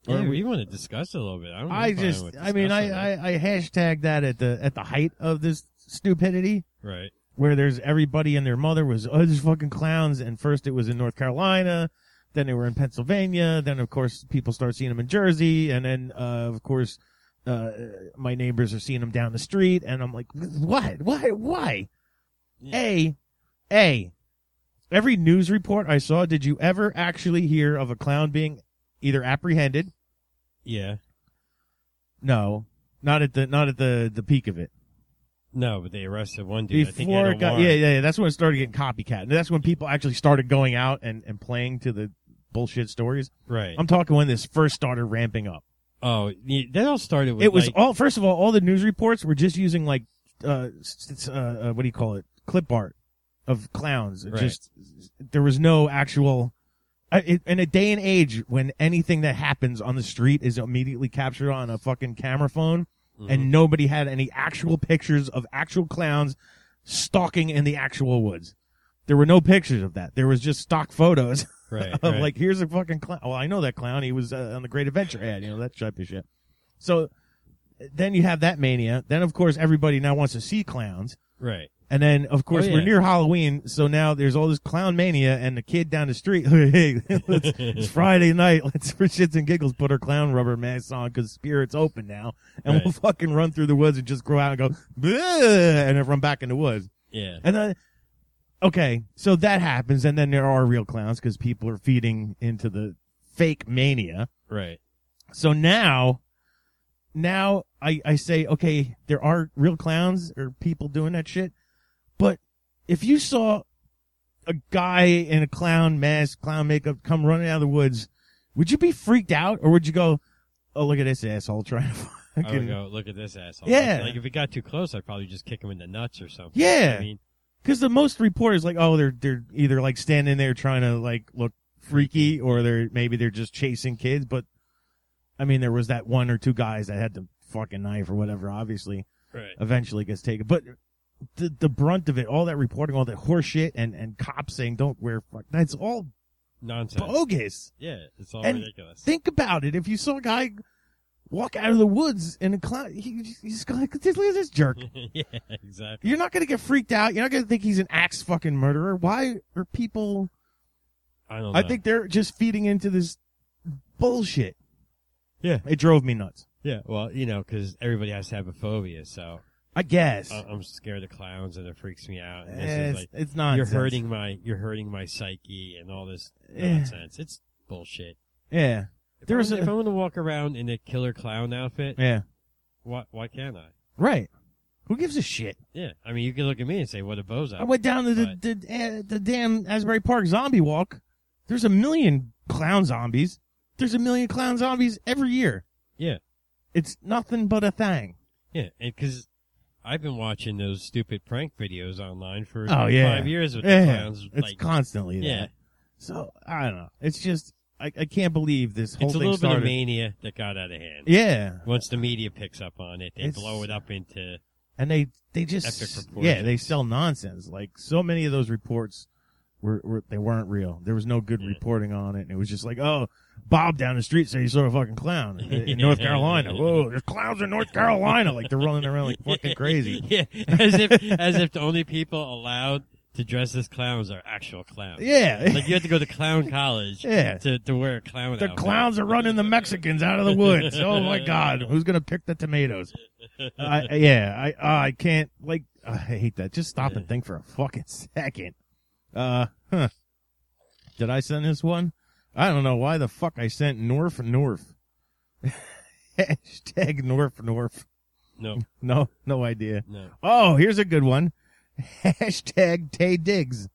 Speaker 3: Yeah,
Speaker 2: Or-
Speaker 3: we want to discuss it a little bit. I, don't
Speaker 2: I just, I mean, I, I, I hashtag that at the at the height of this stupidity.
Speaker 3: right.
Speaker 2: where there's everybody and their mother was oh there's fucking clowns and first it was in North Carolina, then they were in Pennsylvania, then of course people start seeing them in Jersey, and then uh, of course uh, my neighbors are seeing them down the street, and I'm like, what, why, why?
Speaker 3: Yeah.
Speaker 2: A, a, every news report I saw, did you ever actually hear of a clown being either apprehended?
Speaker 3: Yeah.
Speaker 2: No, not at the not at the the peak of it.
Speaker 3: No, but they arrested one dude. I think he
Speaker 2: before
Speaker 3: had a
Speaker 2: it got,
Speaker 3: warrant.
Speaker 2: yeah, yeah, yeah, that's when it started getting copycat. And that's when people actually started going out and, and playing to the bullshit stories.
Speaker 3: Right.
Speaker 2: I'm talking when this first started ramping up.
Speaker 3: oh, yeah, that all started with
Speaker 2: It was
Speaker 3: like,
Speaker 2: all, first of all, all the news reports were just using like, uh, s- s- uh, uh, what do you call it? Clip art of clowns. It
Speaker 3: Right.
Speaker 2: Just, there was no actual I, it, in a day and age when anything that happens on the street is immediately captured on a fucking camera phone,
Speaker 3: mm, Mm-hmm.
Speaker 2: and nobody had any actual pictures of actual clowns stalking in the actual woods. There were no pictures of that. There was just stock photos
Speaker 3: Right.
Speaker 2: of
Speaker 3: right.
Speaker 2: like, here's a fucking clown. Well, I know that clown. He was uh, on the Great Adventure ad, you know that type of shit. So then you have that mania. Then of course everybody now wants to see clowns.
Speaker 3: right.
Speaker 2: And then, of course,
Speaker 3: Oh,
Speaker 2: we're
Speaker 3: yeah.
Speaker 2: near Halloween, so now there's all this clown mania, and the kid down the street, hey, let's, it's Friday night, let's for shits and giggles put our clown rubber masks on because spirit's open now, and we'll
Speaker 3: Right.
Speaker 2: fucking run through the woods and just grow out and go, "Bleh," and then run back in the woods.
Speaker 3: Yeah.
Speaker 2: And then, okay, so that happens, and then there are real clowns because people are feeding into the fake mania.
Speaker 3: Right.
Speaker 2: So now, now I, I say, okay, there are real clowns or people doing that shit. But if you saw a guy in a clown mask, clown makeup come running out of the woods, would you be freaked out or would you go, oh, look at this asshole trying to
Speaker 3: I would
Speaker 2: fucking.
Speaker 3: go look at this asshole.
Speaker 2: Yeah.
Speaker 3: Like if it got too close, I'd probably just kick him in the nuts or something.
Speaker 2: Yeah.
Speaker 3: I mean,
Speaker 2: Because the most reporters, like, oh, they're, they're either like standing there trying to like look freaky or they're maybe they're just chasing kids. But I mean, there was that one or two guys that had the fucking knife or whatever, obviously.
Speaker 3: right.
Speaker 2: eventually gets taken. But the the brunt of it, all that reporting, all that horseshit, and and cops saying don't wear fuck, that's all
Speaker 3: Nonsense.
Speaker 2: bogus.
Speaker 3: yeah. It's all
Speaker 2: oh, And
Speaker 3: ridiculous.
Speaker 2: Think about it. If you saw a guy walk out of the woods in a clown, he, he's going, look at this jerk.
Speaker 3: yeah. Exactly.
Speaker 2: You're not going to get freaked out. You're not going to think he's an axe fucking murderer. Why are people?
Speaker 3: I don't know.
Speaker 2: I think they're just feeding into this bullshit.
Speaker 3: Yeah.
Speaker 2: it drove me nuts.
Speaker 3: Yeah. Well, you know, because everybody has to have a phobia, so
Speaker 2: I guess
Speaker 3: I- I'm scared of clowns, and it freaks me out. And Uh, this is
Speaker 2: it's,
Speaker 3: like
Speaker 2: it's nonsense.
Speaker 3: you're hurting my you're hurting my psyche and all this
Speaker 2: Yeah.
Speaker 3: nonsense. It's bullshit.
Speaker 2: Yeah,
Speaker 3: If
Speaker 2: Eh. There
Speaker 3: I
Speaker 2: was a-
Speaker 3: wanna-
Speaker 2: Eh.
Speaker 3: if I want to walk around in a killer clown outfit,
Speaker 2: yeah,
Speaker 3: why why can't I?
Speaker 2: right. Who gives a shit?
Speaker 3: Yeah, I mean, you can look at me and say, "What a bozo!"
Speaker 2: I went down to the the, uh, the damn Asbury Park zombie walk. There's a million clown zombies. There's a million clown zombies every year.
Speaker 3: Yeah.
Speaker 2: It's nothing but a thing.
Speaker 3: yeah, because I've been watching those stupid prank videos online for
Speaker 2: Oh, yeah.
Speaker 3: five years with
Speaker 2: Yeah,
Speaker 3: the clowns.
Speaker 2: It's
Speaker 3: like,
Speaker 2: constantly there.
Speaker 3: yeah,
Speaker 2: So I don't know. It's just I, I can't believe this whole
Speaker 3: it's a
Speaker 2: thing
Speaker 3: little bit
Speaker 2: started.
Speaker 3: of mania that got out of hand.
Speaker 2: yeah,
Speaker 3: Once the media picks up on it, they
Speaker 2: It's-
Speaker 3: blow it up into
Speaker 2: and they they
Speaker 3: Epic
Speaker 2: just
Speaker 3: proportions.
Speaker 2: yeah they sell nonsense. Like so many of those reports were, were they weren't real. There was no good
Speaker 3: Yeah.
Speaker 2: reporting on it, and it was just like oh. Bob down the street said he saw a fucking clown in, in North Carolina. Whoa, there's clowns in North Carolina. Like they're running around like fucking crazy.
Speaker 3: yeah, as if as if the only people allowed to dress as clowns are actual clowns.
Speaker 2: Yeah.
Speaker 3: Like you have to go to clown college
Speaker 2: Yeah.
Speaker 3: to, to wear a clown
Speaker 2: the
Speaker 3: outfit.
Speaker 2: clowns are running the Mexicans out of the woods. Oh my God. Who's going to pick the tomatoes? I, I- yeah. I, uh, I can't like, I hate that. Just stop and think for a fucking second. Uh, huh. Did I send this one? I don't know why the fuck I sent North North. Hashtag North North.
Speaker 3: No,
Speaker 2: No, no idea.
Speaker 3: no.
Speaker 2: Oh, here's a good one. Hashtag Tay Diggs.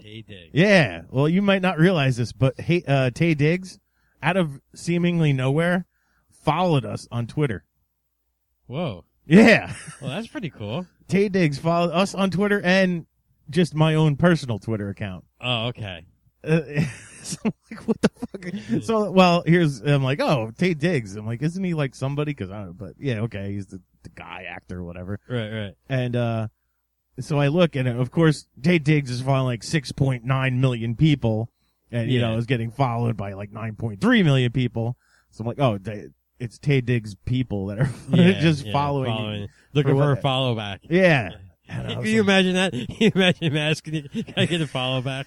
Speaker 3: Tay Diggs.
Speaker 2: Yeah. Well, you might not realize this, but hey, uh, Tay Diggs, out of seemingly nowhere, followed us on Twitter.
Speaker 3: Whoa.
Speaker 2: Yeah.
Speaker 3: Well, that's pretty cool.
Speaker 2: Tay Diggs followed us on Twitter and just my own personal Twitter account.
Speaker 3: Oh, okay.
Speaker 2: Uh, so I'm like, what the fuck? So, well, here's, I'm like, oh, Tay Diggs. I'm like, isn't he like somebody? Cause I don't know, but yeah, okay. He's the, the guy, actor, whatever.
Speaker 3: Right, right.
Speaker 2: And uh so I look and of course Tay Diggs is following like six point nine million people and you know
Speaker 3: Yeah.
Speaker 2: is getting followed by like nine point three million people. So I'm like, oh they, it's Tay Diggs people that are
Speaker 3: Yeah,
Speaker 2: just
Speaker 3: yeah,
Speaker 2: following. you.
Speaker 3: Looking
Speaker 2: For
Speaker 3: for, a
Speaker 2: what?
Speaker 3: follow back.
Speaker 2: Yeah. And I
Speaker 3: Can
Speaker 2: was
Speaker 3: you
Speaker 2: like-
Speaker 3: imagine that? Can you imagine him asking, you, can I get a follow back?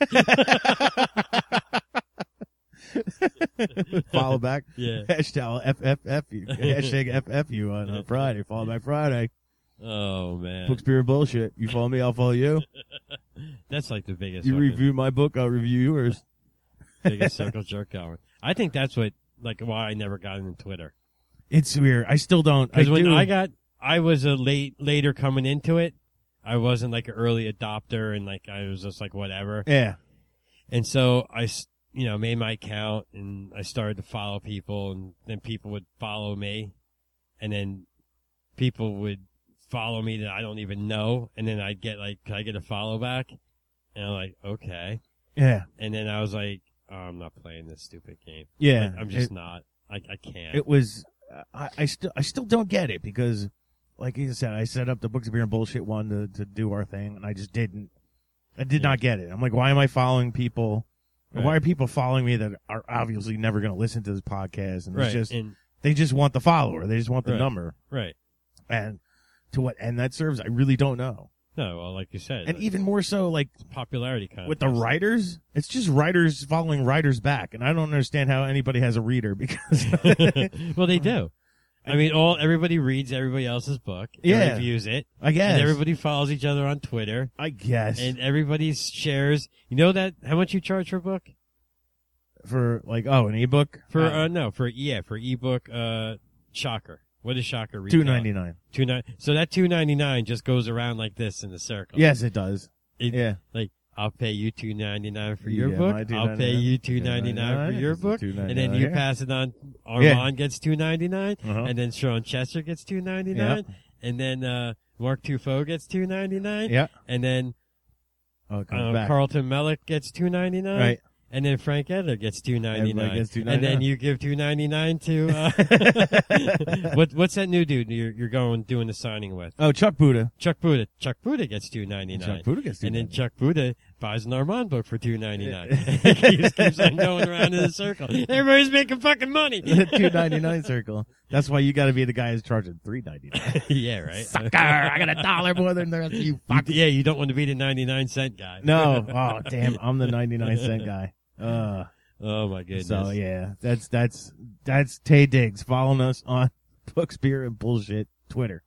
Speaker 2: follow back.
Speaker 3: yeah.
Speaker 2: Hashtag FFF you. Hashtag FF you on uh, Friday. Follow back Friday.
Speaker 3: Oh, man.
Speaker 2: Books, beer, and bullshit. You follow me, I'll follow you.
Speaker 3: That's like the biggest.
Speaker 2: You
Speaker 3: fucking-
Speaker 2: review my book, I'll review yours.
Speaker 3: biggest circle jerk going. I think that's what like why I never got into Twitter.
Speaker 2: It's weird. I still don't. I
Speaker 3: Because when
Speaker 2: do.
Speaker 3: I got, I was a late later coming into it. I wasn't like an early adopter, and like I was just like whatever.
Speaker 2: yeah.
Speaker 3: And so I, s- you know, made my account and I started to follow people, and then people would follow me, and then people would follow me that I don't even know, and then I'd get like, can I get a follow back? And I'm like, okay.
Speaker 2: Yeah.
Speaker 3: And then I was like, oh, I'm not playing this stupid game.
Speaker 2: Yeah,
Speaker 3: I'm just
Speaker 2: it,
Speaker 3: not. I, I can't.
Speaker 2: it was. I, I still I still don't get it because, like you said, I set up the books of beer and bullshit one to, to do our thing, and I just didn't. I did
Speaker 3: Yeah.
Speaker 2: not get it. I'm like, why am I following people?
Speaker 3: Right.
Speaker 2: Why are people following me that are obviously never going to listen to this podcast? And
Speaker 3: right.
Speaker 2: it's just
Speaker 3: and,
Speaker 2: they just want the follower. They just want the
Speaker 3: Right.
Speaker 2: number.
Speaker 3: right.
Speaker 2: And to what end that serves, I really don't know.
Speaker 3: No, well, like you said,
Speaker 2: And
Speaker 3: like,
Speaker 2: even more so, like
Speaker 3: it's popularity kind
Speaker 2: with the writers, it's just writers following writers back. And I don't understand how anybody has a reader because
Speaker 3: well, they do. I mean, all everybody reads everybody else's book. and
Speaker 2: Yeah.
Speaker 3: reviews it.
Speaker 2: I guess
Speaker 3: And everybody follows each other on Twitter,
Speaker 2: I guess
Speaker 3: and everybody shares. You know that how much you charge for a book?
Speaker 2: for like oh an ebook
Speaker 3: For uh, no, for yeah, for ebook. Uh, shocker. What is shocker?
Speaker 2: two ninety nine.
Speaker 3: Two nine. So that two ninety nine just goes around like this in the circle.
Speaker 2: Yes, it does.
Speaker 3: It-
Speaker 2: yeah,
Speaker 3: I'll pay you two ninety nine for your
Speaker 2: Yeah, my
Speaker 3: book. I'll pay
Speaker 2: $2.99.
Speaker 3: you two ninety nine for
Speaker 2: $2.99.
Speaker 3: your
Speaker 2: It's
Speaker 3: book,
Speaker 2: $2.99,
Speaker 3: and then you
Speaker 2: yeah.
Speaker 3: pass it on. Armand
Speaker 2: Yeah.
Speaker 3: gets two ninety nine,
Speaker 2: Uh-huh.
Speaker 3: and then Sean Chester gets two ninety nine, and then uh, Mark Tufo gets two ninety nine,
Speaker 2: yeah.
Speaker 3: and then
Speaker 2: Oh, it comes
Speaker 3: uh,
Speaker 2: back.
Speaker 3: Carlton Mellick gets two ninety nine,
Speaker 2: right.
Speaker 3: and then Frank Edler gets two ninety
Speaker 2: Everybody
Speaker 3: nine,
Speaker 2: gets $2.99.
Speaker 3: and then you give two ninety nine to uh, what? What's that new dude you're, you're going doing the signing with?
Speaker 2: Oh, Chuck Buddha.
Speaker 3: Chuck Buddha. Chuck Buddha gets two ninety nine.
Speaker 2: Chuck Buddha gets two.
Speaker 3: And then
Speaker 2: ninety nine.
Speaker 3: Chuck Buddha buys an Armand book for two ninety nine. keeps, keeps on going around in a circle. Everybody's making fucking money.
Speaker 2: the two ninety nine circle. That's why you got to be the guy who's charging three ninety nine.
Speaker 3: yeah, right.
Speaker 2: Sucker! I got a dollar more than the rest of you. Fuck.
Speaker 3: Yeah, you don't want to be the ninety nine cent guy.
Speaker 2: No. Oh, damn! I'm the ninety nine cent guy. Uh,
Speaker 3: Oh my goodness.
Speaker 2: so yeah, that's that's that's Tay Diggs following us on Books, Beer, and Bullshit Twitter.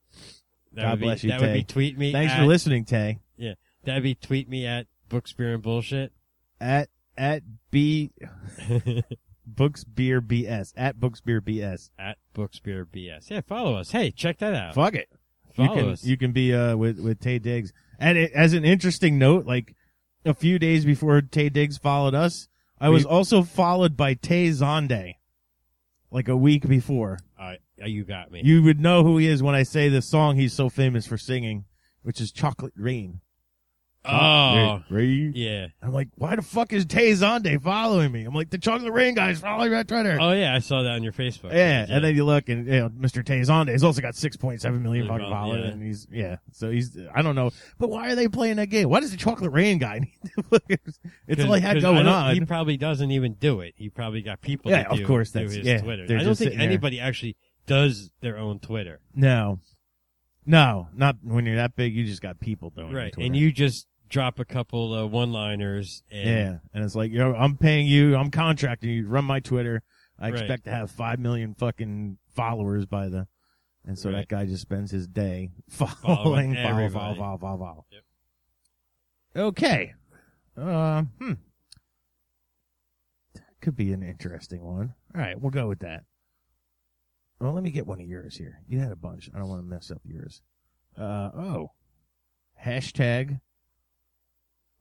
Speaker 3: that
Speaker 2: God
Speaker 3: would be,
Speaker 2: bless you,
Speaker 3: That would be
Speaker 2: Tay.
Speaker 3: tweet me.
Speaker 2: Thanks
Speaker 3: at,
Speaker 2: for listening, Tay.
Speaker 3: That'd be tweet me at Bookspear and bullshit.
Speaker 2: At at B Books Beer BS at Books Beer BS.
Speaker 3: at Bookspear BS. Yeah, follow us. Hey, check that out.
Speaker 2: Fuck it.
Speaker 3: follow
Speaker 2: you can,
Speaker 3: us.
Speaker 2: You can be uh, with with Tay Diggs. And it, as an interesting note, like a few days before Tay Diggs followed us, I was
Speaker 3: We-
Speaker 2: also followed by Tay Zonde. Like a week before,
Speaker 3: Uh, you got me.
Speaker 2: you would know who he is when I say the song he's so famous for singing, which is "Chocolate Rain."
Speaker 3: oh,
Speaker 2: Chocolate Rain.
Speaker 3: yeah.
Speaker 2: I'm like, why the fuck is Tay Zonde following me? I'm like, the Chocolate Rain guy's following me on Twitter.
Speaker 3: Oh yeah, I saw that on your Facebook.
Speaker 2: Yeah, and then you look, and you know, Mr. Tayzonde has also got six point seven million fucking
Speaker 3: Well,
Speaker 2: followers,
Speaker 3: yeah.
Speaker 2: and he's yeah. So he's I don't know, but why are they playing that game? Why does the Chocolate Rain guy need to look? at- It's all he had
Speaker 3: 'Cause- 'cause I
Speaker 2: going
Speaker 3: don't- He
Speaker 2: on.
Speaker 3: probably doesn't even do it. He probably got people.
Speaker 2: Yeah,
Speaker 3: to
Speaker 2: of
Speaker 3: do-
Speaker 2: course,
Speaker 3: do
Speaker 2: that's-
Speaker 3: his
Speaker 2: yeah,
Speaker 3: Twitter.
Speaker 2: they're
Speaker 3: I don't
Speaker 2: just
Speaker 3: think
Speaker 2: sitting there.
Speaker 3: anybody actually does their own Twitter,
Speaker 2: No, no, not when you're that big. You just got people doing it on
Speaker 3: right?
Speaker 2: Twitter.
Speaker 3: And you just drop a couple uh, one-liners. And,
Speaker 2: yeah, and it's like yo, I'm paying you, I'm contracting you to run my Twitter. I
Speaker 3: Right.
Speaker 2: expect to have five million fucking followers by the, and so
Speaker 3: Right.
Speaker 2: that guy just spends his day following, follow, follow,
Speaker 3: everybody.
Speaker 2: follow, follow, follow.
Speaker 3: Yep.
Speaker 2: Okay, uh, hmm, that could be an interesting one. All right, we'll go with that. Well, let me get one of yours here. You had a bunch. I don't want to mess up yours. Uh, oh, hashtag.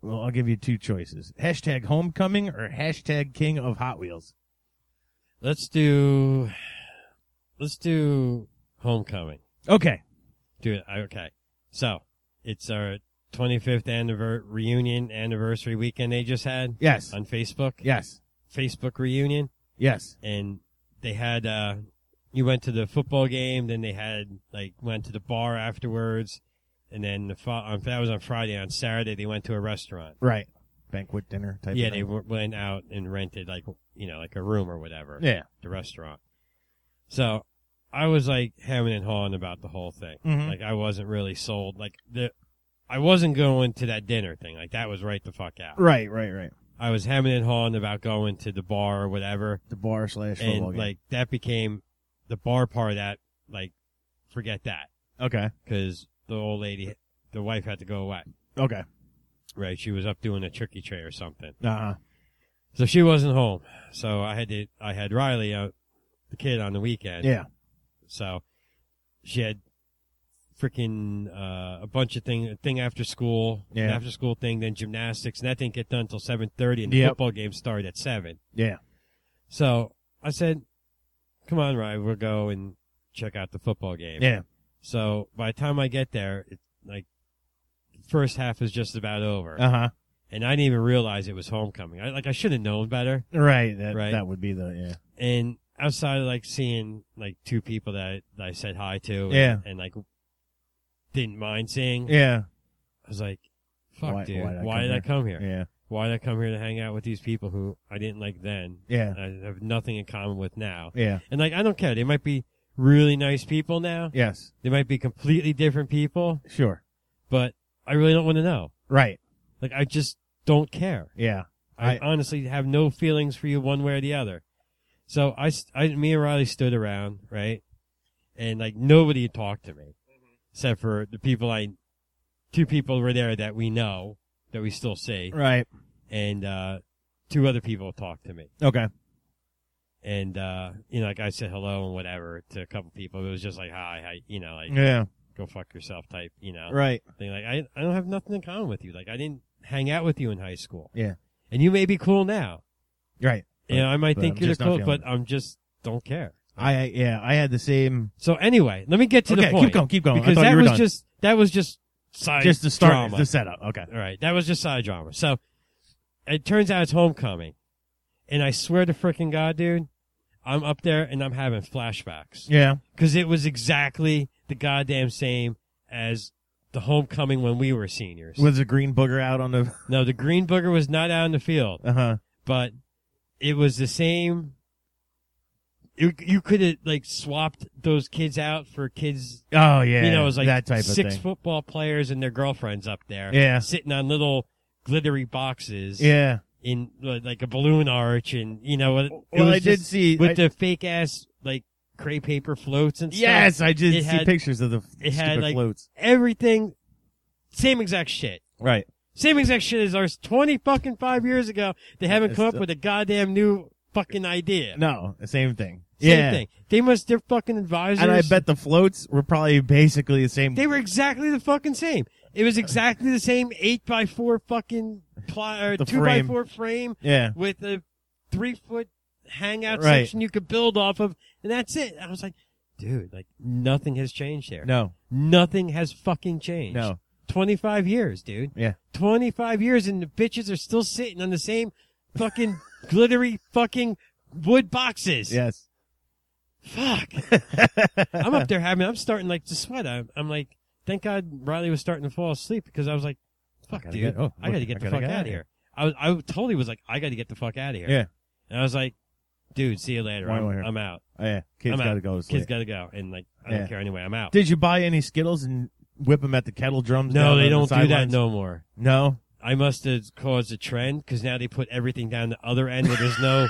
Speaker 2: Well, I'll give you two choices: hashtag homecoming or hashtag king of Hot Wheels.
Speaker 3: Let's do. Let's do homecoming.
Speaker 2: Okay.
Speaker 3: Dude, I- okay. So it's our 25th anniver- reunion anniversary weekend they just had
Speaker 2: Yes.
Speaker 3: on Facebook.
Speaker 2: Yes.
Speaker 3: Facebook reunion,
Speaker 2: Yes.
Speaker 3: and they had. uh You went to the football game, then they had like went to the bar afterwards, and then the fo- on, that was on Friday. On Saturday, they went to a restaurant.
Speaker 2: Right. Banquet dinner type.
Speaker 3: yeah,
Speaker 2: of
Speaker 3: they
Speaker 2: thing.
Speaker 3: w- went out and rented like you know like a room or whatever.
Speaker 2: Yeah.
Speaker 3: the restaurant. So I was like hemming and hawing about the whole thing.
Speaker 2: Mhm.
Speaker 3: Like I wasn't really sold. Like the, I wasn't going to that dinner thing. Like that was right the fuck out.
Speaker 2: Right. Right. Right.
Speaker 3: I was hemming and hawing about going to the bar or whatever,
Speaker 2: The bar slash football
Speaker 3: and
Speaker 2: game.
Speaker 3: like that became the bar part of that. Like forget that
Speaker 2: okay.
Speaker 3: because the old lady, the wife had to go away.
Speaker 2: Okay.
Speaker 3: Right, she was up doing a tricky tray or something.
Speaker 2: Uh huh.
Speaker 3: So she wasn't home. So I had to, I had Riley, uh, the kid, on the weekend.
Speaker 2: Yeah.
Speaker 3: So she had freaking uh, a bunch of thing thing after school,
Speaker 2: Yeah.
Speaker 3: an after school thing, then gymnastics, and that didn't get done until seven thirty, and the
Speaker 2: Yep.
Speaker 3: football game started at seven.
Speaker 2: Yeah.
Speaker 3: So I said, "Come on, Ryan, we'll go and check out the football game."
Speaker 2: Yeah.
Speaker 3: So by the time I get there, it, like first half is just about over,
Speaker 2: Uh huh.
Speaker 3: and I didn't even realize it was homecoming. I, like I should have known better.
Speaker 2: Right. That,
Speaker 3: Right.
Speaker 2: That would be the yeah.
Speaker 3: And outside of like seeing like two people that I, that I said hi to, and,
Speaker 2: Yeah.
Speaker 3: and like didn't mind seeing,
Speaker 2: Yeah.
Speaker 3: I was like, "Fuck,
Speaker 2: Why-
Speaker 3: dude,
Speaker 2: why
Speaker 3: why
Speaker 2: did
Speaker 3: did
Speaker 2: I
Speaker 3: I,
Speaker 2: come
Speaker 3: come,
Speaker 2: here?"
Speaker 3: here?
Speaker 2: Yeah.
Speaker 3: Why did I come here to hang out with these people who I didn't like then?
Speaker 2: Yeah.
Speaker 3: I have nothing in common with now.
Speaker 2: Yeah.
Speaker 3: And like, I don't care. They might be really nice people now.
Speaker 2: Yes.
Speaker 3: They might be completely different people,
Speaker 2: Sure.
Speaker 3: but I really don't want to know.
Speaker 2: Right.
Speaker 3: Like, I just don't care.
Speaker 2: Yeah.
Speaker 3: I,
Speaker 2: I-
Speaker 3: honestly have no feelings for you one way or the other. So I, st- I, me and Riley stood around, right? And like nobody talked to me
Speaker 2: Mm-hmm.
Speaker 3: except for the people I, two people were there that we know that we still see
Speaker 2: Right.
Speaker 3: and, uh, two other people talked to me.
Speaker 2: Okay.
Speaker 3: And, uh, you know, like I said hello and whatever to a couple people. It was just like, hi, hi, you know, like
Speaker 2: Yeah.
Speaker 3: go fuck yourself type, you know,
Speaker 2: Right.
Speaker 3: thing. Like I, I don't have nothing in common with you. Like I didn't hang out with you in high school.
Speaker 2: Yeah.
Speaker 3: And you may be cool now.
Speaker 2: Right.
Speaker 3: Yeah, I might
Speaker 2: but
Speaker 3: think
Speaker 2: I'm
Speaker 3: you're
Speaker 2: just
Speaker 3: the
Speaker 2: not
Speaker 3: coach,
Speaker 2: feeling
Speaker 3: but I'm just don't care.
Speaker 2: I yeah. I had the same.
Speaker 3: So anyway, let me get to
Speaker 2: okay.
Speaker 3: the point.
Speaker 2: Keep going. Keep going.
Speaker 3: Because
Speaker 2: I thought
Speaker 3: that
Speaker 2: you were
Speaker 3: was
Speaker 2: done.
Speaker 3: just that was just side
Speaker 2: just the start,
Speaker 3: drama.
Speaker 2: the setup. Okay.
Speaker 3: All right, that was just side drama. So it turns out it's homecoming, and I swear to freaking God, dude, I'm up there and I'm having flashbacks
Speaker 2: Yeah.
Speaker 3: because it was exactly the goddamn same as the homecoming when we were seniors.
Speaker 2: Was a green booger out on the?
Speaker 3: no, the green booger was not out in the field.
Speaker 2: Uh huh.
Speaker 3: but it was the same. You, you could have like swapped those kids out for kids.
Speaker 2: Oh yeah.
Speaker 3: you know, it was like
Speaker 2: that type
Speaker 3: six
Speaker 2: of thing.
Speaker 3: football players and their girlfriends up there,
Speaker 2: Yeah.
Speaker 3: sitting on little glittery boxes
Speaker 2: Yeah.
Speaker 3: in like like a balloon arch, and you know, it, it
Speaker 2: Well,
Speaker 3: was
Speaker 2: I did
Speaker 3: just
Speaker 2: see.
Speaker 3: with
Speaker 2: I-
Speaker 3: the fake ass like cray paper floats and stuff.
Speaker 2: yes, I did
Speaker 3: it
Speaker 2: see
Speaker 3: had-
Speaker 2: pictures of the f-
Speaker 3: it
Speaker 2: stupid
Speaker 3: had, like-
Speaker 2: floats.
Speaker 3: everything, same exact shit.
Speaker 2: Right.
Speaker 3: Same exact shit as ours twenty fucking five years ago. They haven't
Speaker 2: It's
Speaker 3: come up
Speaker 2: still-
Speaker 3: with a goddamn new fucking idea.
Speaker 2: No, the same thing.
Speaker 3: Same
Speaker 2: yeah.
Speaker 3: thing. They must. They're fucking advisors.
Speaker 2: And I bet the floats were probably basically the same.
Speaker 3: they were exactly the fucking same. It was exactly the same eight by four fucking ply or
Speaker 2: The
Speaker 3: two
Speaker 2: frame.
Speaker 3: by four frame
Speaker 2: yeah.
Speaker 3: with a three foot hangout
Speaker 2: Right.
Speaker 3: section you could build off of, and that's it. I was like, dude, like nothing has changed here.
Speaker 2: No.
Speaker 3: Nothing has fucking changed.
Speaker 2: No.
Speaker 3: Twenty five years, dude.
Speaker 2: Yeah.
Speaker 3: Twenty five years, and the bitches are still sitting on the same fucking glittery fucking wood boxes.
Speaker 2: Yes.
Speaker 3: Fuck. I'm up there having. I'm starting like to sweat. I'm, I'm like, thank God Riley was starting to fall asleep because I was like, fuck,
Speaker 2: gotta
Speaker 3: dude,
Speaker 2: get- oh,
Speaker 3: I got to
Speaker 2: look,
Speaker 3: get
Speaker 2: I
Speaker 3: the
Speaker 2: gotta
Speaker 3: fuck
Speaker 2: get
Speaker 3: out
Speaker 2: outta
Speaker 3: of here. I was, I totally was like, I got to get the fuck out of here.
Speaker 2: Yeah.
Speaker 3: And I was like, dude, see you later.
Speaker 2: Why am
Speaker 3: I'm,
Speaker 2: I here?
Speaker 3: I'm out.
Speaker 2: Oh, yeah. Kids
Speaker 3: I'm out.
Speaker 2: got to go to
Speaker 3: Kids
Speaker 2: sleep.
Speaker 3: got to go, and like, I
Speaker 2: Yeah.
Speaker 3: don't care anyway. I'm out.
Speaker 2: Did you buy any Skittles and whip them at the kettle drums?
Speaker 3: no,
Speaker 2: down on
Speaker 3: they
Speaker 2: the
Speaker 3: don't do that
Speaker 2: sidelines?
Speaker 3: no more.
Speaker 2: No.
Speaker 3: I must have caused a trend because now they put everything down the other end where there's no.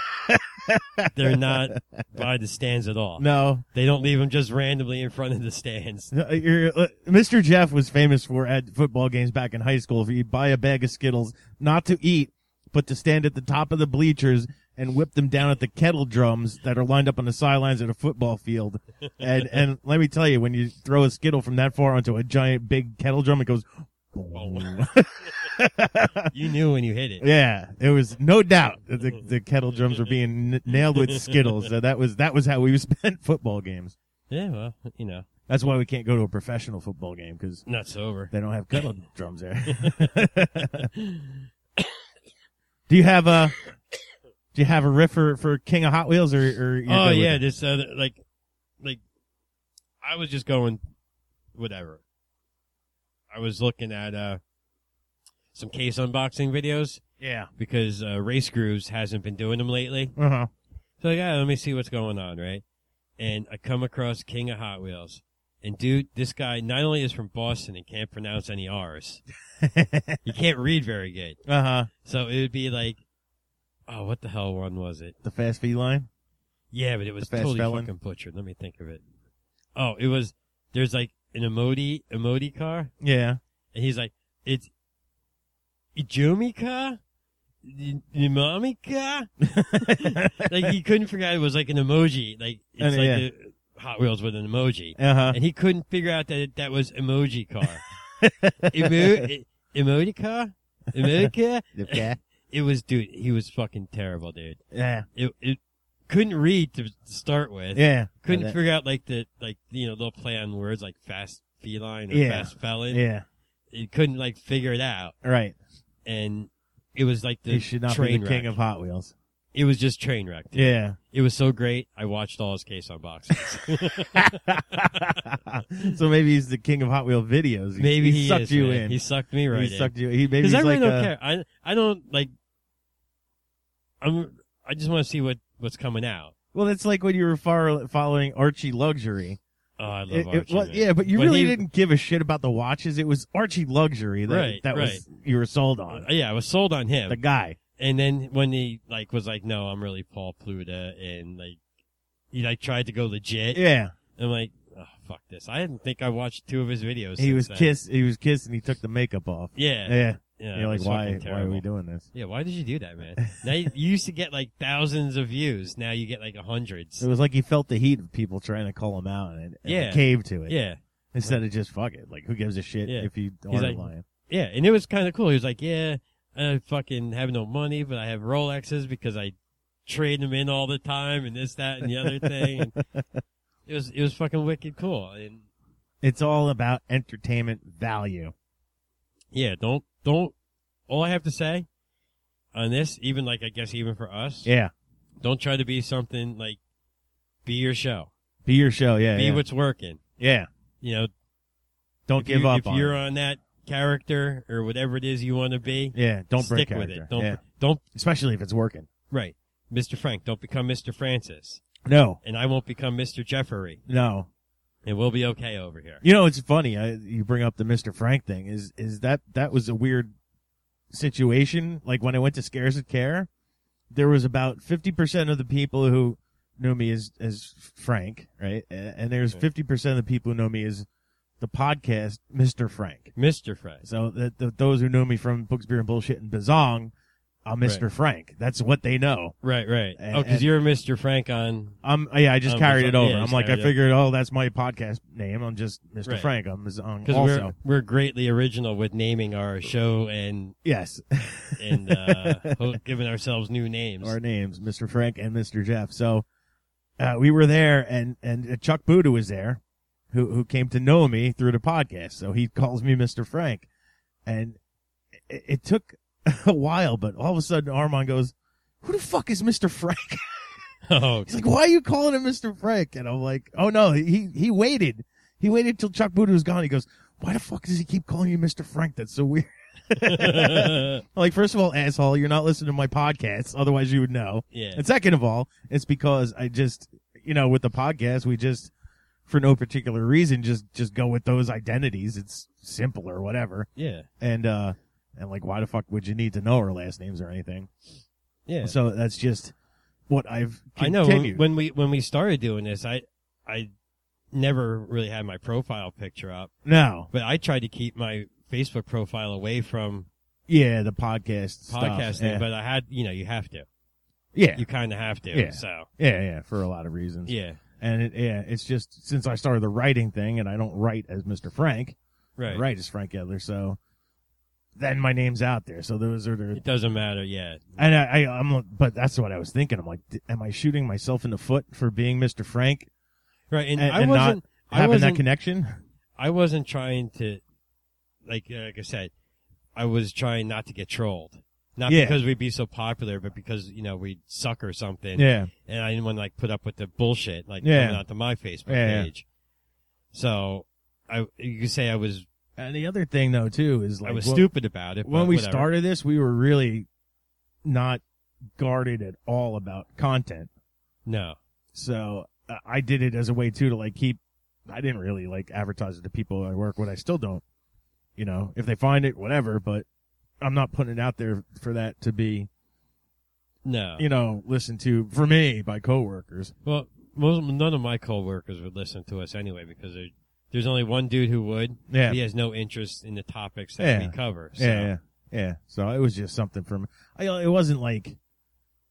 Speaker 3: they're not by the stands at all.
Speaker 2: No.
Speaker 3: They don't leave them just randomly in front of the stands.
Speaker 2: Uh, you're- uh, Mr. Jeff was famous for at football games back in high school. If you buy a bag of Skittles, not to eat, but to stand at the top of the bleachers and whip them down at the kettle drums that are lined up on the sidelines at a football field. And and let me tell you, when you throw a Skittle from that far onto a giant big kettle drum, it goes. boom.
Speaker 3: You knew when you hit it.
Speaker 2: yeah, it was no doubt that the, the kettle drums were being n- nailed with Skittles. So that was that was how we spent football games.
Speaker 3: Yeah, well, you know,
Speaker 2: That's why we can't go to a professional football game because
Speaker 3: not sober.
Speaker 2: They don't have kettle drums there. do you have a Do you have a riff for, for King of Hot Wheels or? or you're
Speaker 3: oh
Speaker 2: good with
Speaker 3: yeah,
Speaker 2: it?
Speaker 3: this other like, like, I was just going, whatever. I was looking at uh some case unboxing videos
Speaker 2: yeah.
Speaker 3: because uh, Race Grooves hasn't been doing them lately.
Speaker 2: Uh huh.
Speaker 3: So like, yeah, let me see what's going on, right? And I come across King of Hot Wheels, and dude, this guy not only is from Boston and can't pronounce any R's,
Speaker 2: Uh-huh.
Speaker 3: he can't read very good.
Speaker 2: Uh huh.
Speaker 3: So it would be like, oh, what the hell one was it?
Speaker 2: The fast feline.
Speaker 3: Yeah, but it was
Speaker 2: The fast
Speaker 3: totally
Speaker 2: felon.
Speaker 3: fucking butchered. Let me think of it. Oh, it was, there's like an emoji, emoji car,
Speaker 2: Yeah.
Speaker 3: and he's like, it's Ijomi car? Umami car?
Speaker 2: uh
Speaker 3: Like, he couldn't figure out it was like an emoji. Like, it's
Speaker 2: And,
Speaker 3: like
Speaker 2: yeah.
Speaker 3: the Hot Wheels with an emoji.
Speaker 2: huh.
Speaker 3: And he couldn't figure out that it, that was emoji car. Emo, e- emoji car? Emoji car?
Speaker 2: Yeah.
Speaker 3: It was, dude, he was fucking terrible, dude.
Speaker 2: Yeah.
Speaker 3: it, it couldn't read to start with.
Speaker 2: Yeah.
Speaker 3: Couldn't
Speaker 2: That-
Speaker 3: figure out like the like you know they'll play on words like fast feline or
Speaker 2: Yeah.
Speaker 3: fast felon.
Speaker 2: Yeah.
Speaker 3: It couldn't like figure it out,
Speaker 2: Right.
Speaker 3: and it was like the
Speaker 2: he should not be
Speaker 3: train
Speaker 2: the
Speaker 3: wreck.
Speaker 2: king of Hot Wheels.
Speaker 3: it was just train wreck. dude.
Speaker 2: Yeah.
Speaker 3: It was so great. I watched all his case unboxings.
Speaker 2: so maybe he's the king of Hot Wheel videos. He,
Speaker 3: maybe
Speaker 2: he,
Speaker 3: he
Speaker 2: sucked
Speaker 3: is,
Speaker 2: you
Speaker 3: man.
Speaker 2: in.
Speaker 3: He sucked me right
Speaker 2: he
Speaker 3: in.
Speaker 2: sucked you. He maybe
Speaker 3: Because
Speaker 2: he's
Speaker 3: I really
Speaker 2: like
Speaker 3: don't
Speaker 2: a-
Speaker 3: care. I I don't like. I'm. I just want to see what what's coming out.
Speaker 2: Well, it's like when you were far, following Archie Luxury.
Speaker 3: Oh, I love
Speaker 2: It- it
Speaker 3: Archie,
Speaker 2: was-
Speaker 3: man.
Speaker 2: yeah, but you
Speaker 3: When
Speaker 2: really
Speaker 3: he-
Speaker 2: didn't give a shit about the watches. It was Archie Luxury that
Speaker 3: Right,
Speaker 2: that was you were sold on.
Speaker 3: Uh, Yeah, I was sold on him.
Speaker 2: The guy.
Speaker 3: and then when he like was like, "No, I'm really Paul Pluta," and like he like tried to go legit.
Speaker 2: Yeah,
Speaker 3: I'm like, oh, "Fuck this!" I didn't think I watched two of his videos.
Speaker 2: he
Speaker 3: since
Speaker 2: was
Speaker 3: then.
Speaker 2: kissed. He was kissed, and he took the makeup off.
Speaker 3: Yeah, yeah.
Speaker 2: Yeah,
Speaker 3: it
Speaker 2: you're like,
Speaker 3: was
Speaker 2: why?
Speaker 3: fucking
Speaker 2: Why are we
Speaker 3: terrible.
Speaker 2: doing this?
Speaker 3: Yeah, why did you do that, man? now you, you used to get like thousands of views. Now you get like hundreds.
Speaker 2: It was like he felt the heat of people trying to call him out and, and
Speaker 3: Yeah.
Speaker 2: cave to it.
Speaker 3: Yeah,
Speaker 2: Instead of just fuck it. Like, who gives a shit
Speaker 3: Yeah.
Speaker 2: if you
Speaker 3: He's
Speaker 2: are
Speaker 3: like-
Speaker 2: lying?
Speaker 3: yeah, and it was kind of cool. He was like, "Yeah, I don't fucking have no money, but I have Rolexes because I trade them in all the time, and this, that, and the other thing." it was it was fucking wicked cool, and
Speaker 2: It's all about entertainment value.
Speaker 3: yeah, don't don't. All I have to say on this, even like I guess even for us,
Speaker 2: Yeah.
Speaker 3: don't try to be something like be your show,
Speaker 2: Be your show. Yeah.
Speaker 3: be
Speaker 2: yeah.
Speaker 3: what's working.
Speaker 2: yeah.
Speaker 3: You know,
Speaker 2: Don't
Speaker 3: if
Speaker 2: give
Speaker 3: you,
Speaker 2: up
Speaker 3: if
Speaker 2: on
Speaker 3: you're
Speaker 2: it.
Speaker 3: on that character or whatever it is you want to be.
Speaker 2: Yeah. Don't break
Speaker 3: stick with
Speaker 2: character.
Speaker 3: it. Don't
Speaker 2: Yeah.
Speaker 3: don't
Speaker 2: Especially if it's working.
Speaker 3: right, Mr. Frank. Don't become Mr. Francis.
Speaker 2: No.
Speaker 3: and I won't become Mr. Jeffery,
Speaker 2: No.
Speaker 3: and we'll be okay over here.
Speaker 2: You know, it's funny. I, you bring up the Mr. Frank thing. Is is that that was a weird situation? Like when I went to Scares of Care, there was about fifty percent of the people who knew me as as Frank, right? A- And, there's
Speaker 3: Yeah.
Speaker 2: fifty percent of the people who know me as the podcast Mr. Frank.
Speaker 3: Mr. Frank.
Speaker 2: So that th those who know me from Books, Beer, and Bullshit and Bazong, I'm Mr. Frank. That's what they know.
Speaker 3: Right, right.
Speaker 2: And-
Speaker 3: oh, because
Speaker 2: and-
Speaker 3: you're Mr. Frank on.
Speaker 2: I'm yeah. I just
Speaker 3: Um,
Speaker 2: carried it
Speaker 3: Bazong- yeah,
Speaker 2: over.
Speaker 3: just
Speaker 2: I'm like I
Speaker 3: carried it over.
Speaker 2: figured. Oh, that's my podcast name. I'm just Mr.
Speaker 3: Right.
Speaker 2: Frank. I'm Bazong
Speaker 3: Because
Speaker 2: also.
Speaker 3: we're we're greatly original with naming our show and
Speaker 2: Yes.
Speaker 3: and uh, ho- giving ourselves new names.
Speaker 2: Our names, Mr. Frank and Mr. Jeff. So uh, we were there, and and uh, Chuck Buddha was there, who who came to know me through the podcast. So he calls me Mr. Frank, and it, it took a while, but all of a sudden Armand goes, "Who the fuck is Mr. Frank?"
Speaker 3: oh,
Speaker 2: He's like, "Why are you calling him Mr. Frank?" And I'm like, "Oh no, he he waited. He waited till Chuck Buddha was gone." He goes, "Why the fuck does he keep calling you Mr. Frank? That's so weird."
Speaker 3: yeah,
Speaker 2: Like, first of all, asshole, you're not listening to my podcast. Otherwise, you would know. And second of all, it's because I just, you know, with the podcast, we just, for no particular reason, just, just go with those identities. It's simple or whatever.
Speaker 3: yeah,
Speaker 2: And, uh, and like, why the fuck would you need to know our last names or anything?
Speaker 3: yeah.
Speaker 2: So that's just what I've
Speaker 3: I know when,
Speaker 2: continued.
Speaker 3: when we when we started doing this, I I never really had my profile picture up,
Speaker 2: no.
Speaker 3: but I tried to keep my Facebook profile away from
Speaker 2: Yeah. The podcast. stuff.
Speaker 3: podcasting.
Speaker 2: Yeah.
Speaker 3: But I had, you know, you have to,
Speaker 2: yeah.
Speaker 3: you kind of have to.
Speaker 2: Yeah.
Speaker 3: So
Speaker 2: Yeah. Yeah. For a lot of reasons.
Speaker 3: yeah,
Speaker 2: And it, yeah, it's just since I started the writing thing and I don't write as Mr. Frank, I
Speaker 3: right,
Speaker 2: write as Frank Edler. So then my name's out there. So those are the
Speaker 3: It doesn't matter. Yeah,
Speaker 2: And I, I, I'm, but that's what I was thinking. I'm like, d- am I shooting myself in the foot for being Mr. Frank,
Speaker 3: right. And,
Speaker 2: And-
Speaker 3: I
Speaker 2: and not
Speaker 3: wasn't. I
Speaker 2: having that
Speaker 3: wasn't.
Speaker 2: connection?
Speaker 3: I wasn't trying to, like, uh, like I said, I was trying not to get trolled. Not
Speaker 2: Yeah.
Speaker 3: because we'd be so popular, but because you know we'd suck or something.
Speaker 2: Yeah,
Speaker 3: And I didn't want to like put up with the bullshit like
Speaker 2: Yeah.
Speaker 3: coming onto my Facebook
Speaker 2: Yeah.
Speaker 3: page. So, I you could say I was
Speaker 2: and the other thing though too is like
Speaker 3: I was
Speaker 2: when-
Speaker 3: stupid about it.
Speaker 2: When
Speaker 3: but
Speaker 2: we
Speaker 3: whatever.
Speaker 2: started this, we were really not guarded at all about content.
Speaker 3: no,
Speaker 2: So uh, I did it as a way too to like keep. I didn't really like advertise it to people I work with. I still don't. You know, if they find it, whatever. But I'm not putting it out there for that to be,
Speaker 3: no.
Speaker 2: you know, listened to for me by coworkers.
Speaker 3: Well, most, none of my coworkers would listen to us anyway because there- there's only one dude who would.
Speaker 2: Yeah.
Speaker 3: He has no interest in the topics that
Speaker 2: Yeah.
Speaker 3: we cover. So.
Speaker 2: Yeah, yeah, yeah. So it was just something from. I, uh, it wasn't like,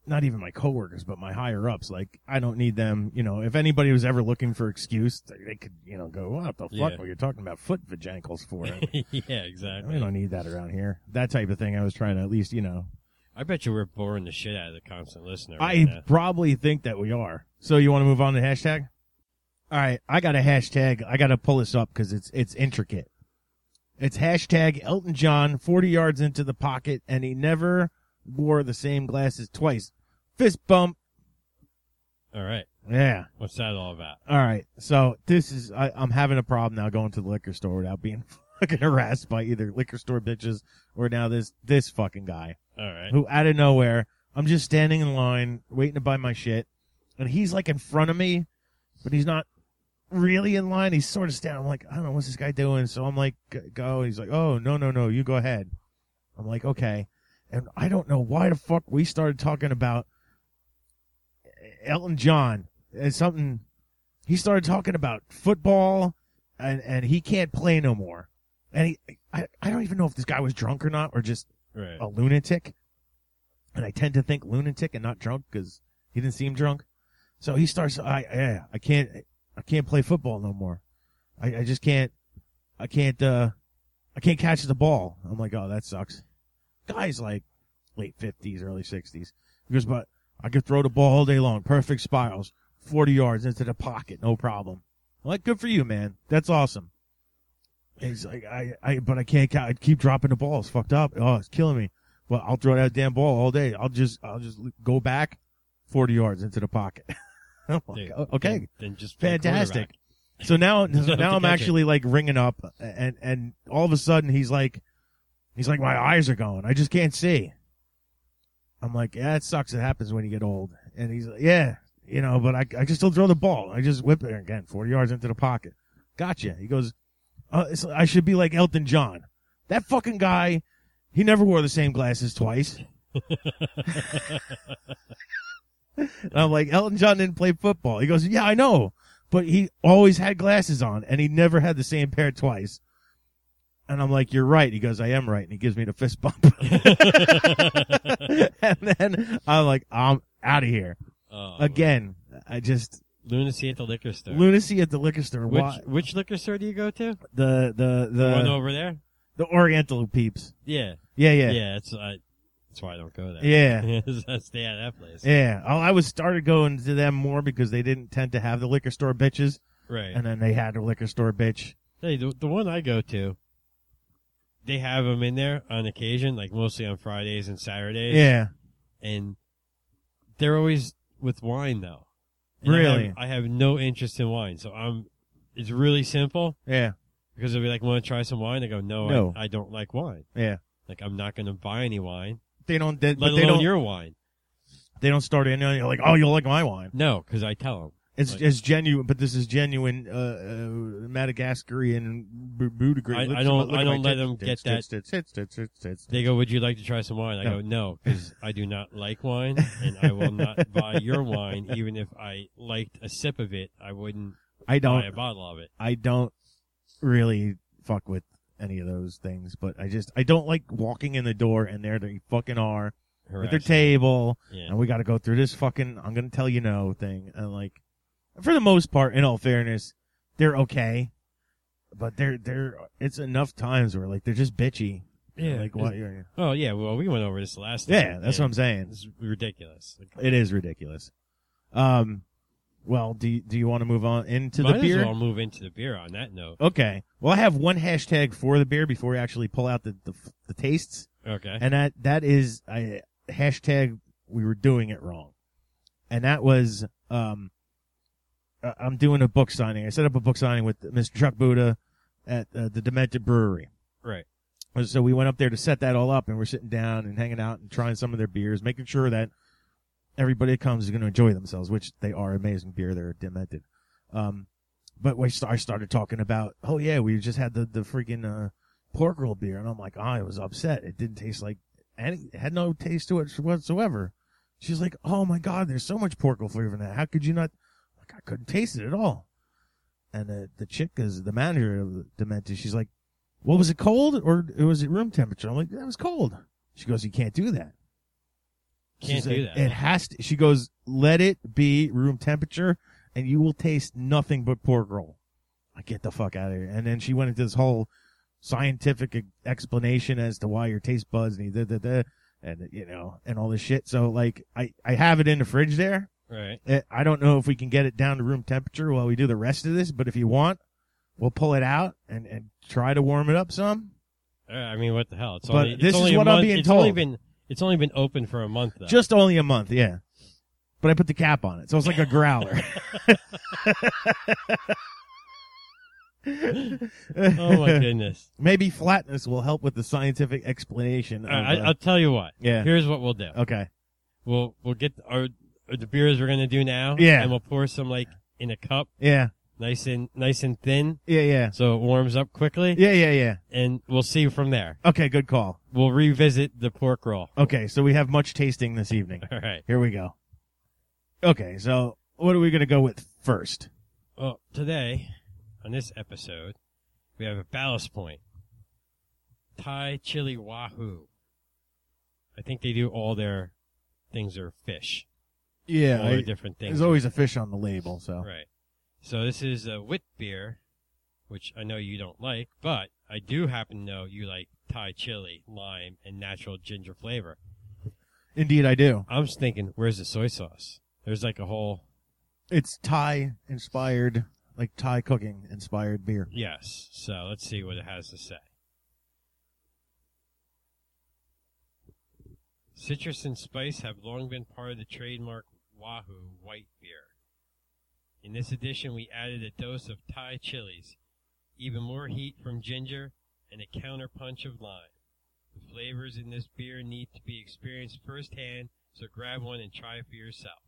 Speaker 2: not even my coworkers, but my higher ups. Like I don't need them. You know, if anybody was ever looking for excuse, they, they could, you know, go, "What the fuck
Speaker 3: Yeah.
Speaker 2: were you talking about foot vajankles for?"
Speaker 3: yeah,
Speaker 2: we
Speaker 3: exactly.
Speaker 2: don't need that around here. That type of thing. I was trying to at least, you know,
Speaker 3: I bet you we're boring the shit out of the constant listener.
Speaker 2: I
Speaker 3: right now.
Speaker 2: probably think that we are. So you want to move on to hashtag? All right, I got a hashtag. I got to pull this up because it's it's intricate. It's hashtag Elton John 40 yards into the pocket, and he never wore the same glasses twice. Fist bump.
Speaker 3: All right.
Speaker 2: Yeah.
Speaker 3: What's that all about?
Speaker 2: All right. So this is, I, I'm having a problem now going to the liquor store without being fucking harassed by either liquor store bitches or now this, this fucking guy
Speaker 3: All right.
Speaker 2: who out of nowhere, I'm just standing in line waiting to buy my shit, and he's like in front of me, but he's not really in line. He's sort of standing. I'm like, I don't know what's this guy doing. So I'm like, "G- go. He's like, oh no no no, you go ahead. I'm like, okay, and I don't know why the fuck we started talking about Elton John and something. He started talking about football, and and he can't play no more. And he, I, I don't even know if this guy was drunk or not, or just
Speaker 3: Right.
Speaker 2: a lunatic, and I tend to think lunatic and not drunk because he didn't seem drunk. So he starts. I yeah, I can't I can't play football no more. I, I just can't I can't uh I can't catch the ball. I'm like, oh, that sucks. Guys like late fifties, early sixties. He goes, but I could throw the ball all day long, perfect spirals, forty yards into the pocket, no problem. I'm like, good for you, man. That's awesome. He's like, I, I, but I can't. ca- I keep dropping the ball. It's fucked up. Oh, it's killing me. Well, I'll throw that damn ball all day. I'll just, I'll just l- go back forty yards into the pocket. I'm like,
Speaker 3: Dude,
Speaker 2: "Oh, okay,
Speaker 3: Then, then just play
Speaker 2: fantastic.
Speaker 3: quarterback.
Speaker 2: So now,
Speaker 3: don't
Speaker 2: so
Speaker 3: have to
Speaker 2: now I'm
Speaker 3: catch it.
Speaker 2: actually like ringing up, and and all of a sudden he's like, he's like, my eyes are going. I just can't see. I'm like, yeah, it sucks. It happens when you get old. And he's like, yeah, you know, but I I can still throw the ball. I just whip it again, 40 yards into the pocket. Gotcha. He goes, uh, it's, I should be like Elton John. That fucking guy, he never wore the same glasses twice. And I'm like, Elton John didn't play football. He goes, yeah, I know, but he always had glasses on and he never had the same pair twice. And I'm like, you're right. He goes, I am right. And he gives me the fist bump. and then I'm like, I'm out of here.
Speaker 3: Oh,
Speaker 2: Again, I just
Speaker 3: lunacy at the liquor store.
Speaker 2: lunacy at the liquor store.
Speaker 3: which Oh,
Speaker 2: Why- Uh,
Speaker 3: which liquor store do you go to?
Speaker 2: The, the,
Speaker 3: The one
Speaker 2: the,
Speaker 3: over there.
Speaker 2: the Oriental peeps.
Speaker 3: Yeah.
Speaker 2: Yeah, yeah.
Speaker 3: Yeah. that's I, that's why I don't go there.
Speaker 2: Yeah.
Speaker 3: I stay at that place.
Speaker 2: Yeah. Oh, I was started going to them more because they didn't tend to have the liquor store bitches,
Speaker 3: Right.
Speaker 2: and then they had a liquor store bitch.
Speaker 3: Hey, the, the one I go to, they have them in there on occasion, like mostly on Fridays and Saturdays.
Speaker 2: Yeah.
Speaker 3: And they're always with wine, though. And I have-
Speaker 2: Really?
Speaker 3: I have, no interest in wine. So I'm, it's really simple
Speaker 2: Yeah.
Speaker 3: because they'll be like, want to try some wine? I go, no,
Speaker 2: No.
Speaker 3: I, I don't like wine.
Speaker 2: Yeah.
Speaker 3: Like, I'm not going to buy any wine,
Speaker 2: They don't. They,
Speaker 3: let
Speaker 2: but they
Speaker 3: alone
Speaker 2: don't.
Speaker 3: your wine.
Speaker 2: They don't start in there. You're like, oh, you'll like my wine.
Speaker 3: No, because I tell them.
Speaker 2: It's
Speaker 3: Like-
Speaker 2: it's genuine, but this is genuine uh, uh, Madagascarian bu- Budagree.
Speaker 3: I-
Speaker 2: Look
Speaker 3: I
Speaker 2: at-
Speaker 3: don't-
Speaker 2: look
Speaker 3: I
Speaker 2: at my
Speaker 3: don't let
Speaker 2: tits,
Speaker 3: them
Speaker 2: tits,
Speaker 3: get that-
Speaker 2: tits, tits, tits, tits, tits,
Speaker 3: They go, would you like to try some wine? I
Speaker 2: No.
Speaker 3: go, no, because I do not like wine and I will not buy your wine. Even if I liked a sip of it, I wouldn't
Speaker 2: I
Speaker 3: buy a
Speaker 2: don't.
Speaker 3: bottle of it.
Speaker 2: I don't really fuck with any of those things, but I just I don't like walking in the door and there they fucking are with their
Speaker 3: Harassing.
Speaker 2: table.
Speaker 3: Yeah.
Speaker 2: and we got to go through this fucking I'm gonna tell you no thing. And like, for the most part, in all fairness, they're okay, but they're they're it's enough times where like they're just bitchy. like what? You're,
Speaker 3: Oh yeah. Well, we went over this last.
Speaker 2: yeah, that's what I'm saying.
Speaker 3: It's ridiculous. Like,
Speaker 2: It is ridiculous. Um, well, do you- do you want to move on into
Speaker 3: might
Speaker 2: the
Speaker 3: as
Speaker 2: beer?
Speaker 3: well move into the beer on that note.
Speaker 2: Okay. Well, I have one hashtag for the beer before we actually pull out the the, the tastes.
Speaker 3: Okay.
Speaker 2: and that that is I hashtag we were doing it wrong, and that was um, I- I'm doing a book signing. I set up a book signing with Mr. Chuck Buddha at uh, the Demented Brewery.
Speaker 3: right.
Speaker 2: And So we went up there to set that all up, and we're sitting down and hanging out and trying some of their beers, making sure that everybody that comes is going to enjoy themselves, which they are amazing beer. They're demented. Um, but we st- I started talking about, oh yeah, we just had the the freaking uh, pork roll beer, and I'm like, ah, I was upset. It didn't taste like any, it had no taste to it whatsoever. She's like, oh my god, there's so much pork roll flavor in that. How could you not? Like I couldn't taste it at all. And the the chick is the manager of the demented. She's like. Well, was it cold or was it room temperature? I'm like, that was cold. She goes, you can't do that.
Speaker 3: Can't
Speaker 2: She's
Speaker 3: do
Speaker 2: like,
Speaker 3: that.
Speaker 2: It has to. She goes, let it be room temperature, and you will taste nothing but pork roll. I get the fuck out of here. And then she went into this whole scientific e- explanation as to why your taste buds and da da da, and you know, and all this shit. So like, I I have it in the fridge there.
Speaker 3: right.
Speaker 2: Eh, I don't know if we can get it down to room temperature while we do the rest of this, but if you want, We'll pull it out and, and try to warm it up some.
Speaker 3: Uh, I mean, what the hell? It's
Speaker 2: But
Speaker 3: only,
Speaker 2: this
Speaker 3: it's only
Speaker 2: is
Speaker 3: a
Speaker 2: what I'm
Speaker 3: month-
Speaker 2: being
Speaker 3: it's only
Speaker 2: told.
Speaker 3: been it's only been open for a month though.
Speaker 2: Just only a month, yeah. But I put the cap on it, so it's like a growler.
Speaker 3: oh my goodness!
Speaker 2: Maybe flatness will help with the scientific explanation. Of,
Speaker 3: All right, I,
Speaker 2: uh,
Speaker 3: I'll tell you what.
Speaker 2: yeah. Uh,
Speaker 3: Here's what we'll do.
Speaker 2: Okay.
Speaker 3: We'll we'll get our the beers we're gonna do now.
Speaker 2: Yeah.
Speaker 3: and we'll pour some like in a cup,
Speaker 2: Yeah.
Speaker 3: nice and nice and thin,
Speaker 2: Yeah. Yeah.
Speaker 3: so it warms up quickly.
Speaker 2: Yeah. Yeah. Yeah.
Speaker 3: and we'll see from there.
Speaker 2: Okay. Good call.
Speaker 3: We'll revisit the pork roll.
Speaker 2: Okay. So we have much tasting this evening.
Speaker 3: All right.
Speaker 2: Here we go. Okay. So what are we gonna go with first?
Speaker 3: Well, today on this episode, we have a ballast point. Thai chili wahoo. I think they do all their things are fish.
Speaker 2: Yeah.
Speaker 3: all their different things.
Speaker 2: there's always a fish on the label, so
Speaker 3: Right. So this is a wit beer, which I know you don't like, but I do happen to know you like Thai chili, lime, and natural ginger flavor.
Speaker 2: indeed I do.
Speaker 3: I'm just thinking, where's the soy sauce? There's like a whole
Speaker 2: It's Thai inspired, like Thai cooking inspired beer.
Speaker 3: yes. So let's see what it has to say. Citrus and spice have long been part of the trademark Wahoo white beer. In this edition, we added a dose of Thai chilies, even more heat from ginger, and a counterpunch of lime. The flavors in this beer need to be experienced firsthand, so grab one and try it for yourself.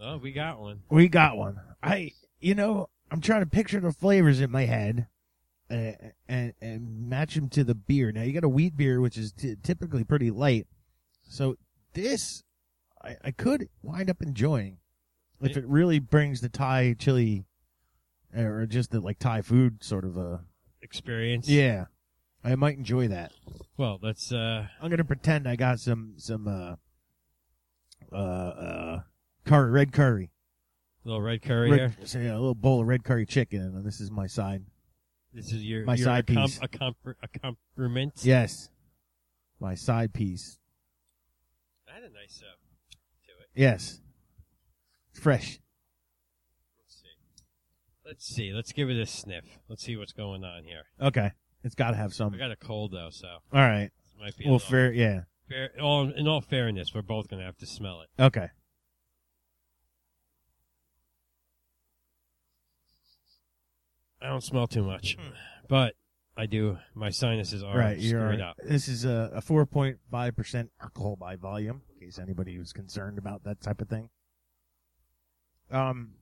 Speaker 3: Oh, we got one.
Speaker 2: We got one. I, you know, I'm trying to picture the flavors in my head, uh, and and match them to the beer. Now you got a wheat beer, which is t- typically pretty light, so this I, I could wind up enjoying if it really brings the Thai chili, uh, or just the like Thai food sort of a.
Speaker 3: Experience.
Speaker 2: Yeah, I might enjoy that.
Speaker 3: Well, let's uh,
Speaker 2: I'm gonna pretend I got some some uh uh, uh curry, red curry.
Speaker 3: little red curry
Speaker 2: Red-
Speaker 3: here.
Speaker 2: say, uh, a little bowl of red curry chicken, and this is my side.
Speaker 3: This is your
Speaker 2: My
Speaker 3: your
Speaker 2: side
Speaker 3: accom-
Speaker 2: piece.
Speaker 3: accompr- accompaniment.
Speaker 2: Yes, my side piece.
Speaker 3: That had a nice uh, to it.
Speaker 2: Yes, fresh.
Speaker 3: Let's see. Let's see. Let's give it a sniff. Let's see what's going on here.
Speaker 2: Okay, it's got to have some.
Speaker 3: I got a cold though, so
Speaker 2: All right.
Speaker 3: it might be. a
Speaker 2: Well,
Speaker 3: little-
Speaker 2: fair. Yeah.
Speaker 3: fair- all, in all fairness, we're both gonna have to smell it.
Speaker 2: Okay.
Speaker 3: I don't smell too much, but I do. My sinuses are
Speaker 2: right. You're.
Speaker 3: screwed
Speaker 2: right.
Speaker 3: up.
Speaker 2: This is a, a 4.5 percent alcohol by volume. In case anybody was concerned about that type of thing. Um.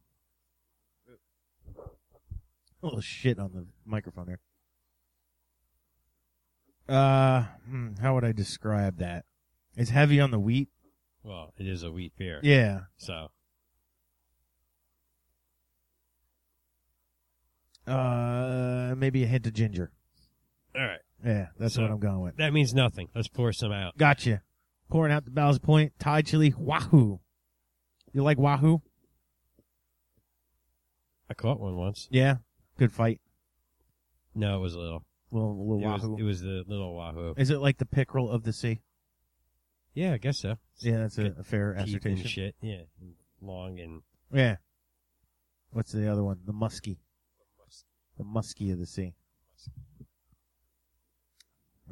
Speaker 2: A little shit on the microphone there. Uh, hmm, how would I describe that? It's heavy on the wheat.
Speaker 3: Well, it is a wheat beer,
Speaker 2: Yeah.
Speaker 3: so
Speaker 2: Uh, maybe a hint of ginger.
Speaker 3: all right.
Speaker 2: Yeah, that's
Speaker 3: So-
Speaker 2: what I'm going with.
Speaker 3: That means nothing. Let's pour some out.
Speaker 2: Gotcha. Pouring out the Ballast Point Thai chili Wahoo. You like Wahoo?
Speaker 3: I caught one once.
Speaker 2: Yeah. Good fight.
Speaker 3: No, it was a little.
Speaker 2: Little, little
Speaker 3: It was,
Speaker 2: Wahoo.
Speaker 3: it was the little wahoo.
Speaker 2: Is it like the pickerel of the sea?
Speaker 3: Yeah, I guess so.
Speaker 2: Yeah, that's a, a fair
Speaker 3: teeth and
Speaker 2: assertion.
Speaker 3: shit. Yeah, and long and
Speaker 2: Yeah. What's the other one? The musky. The musky of the sea.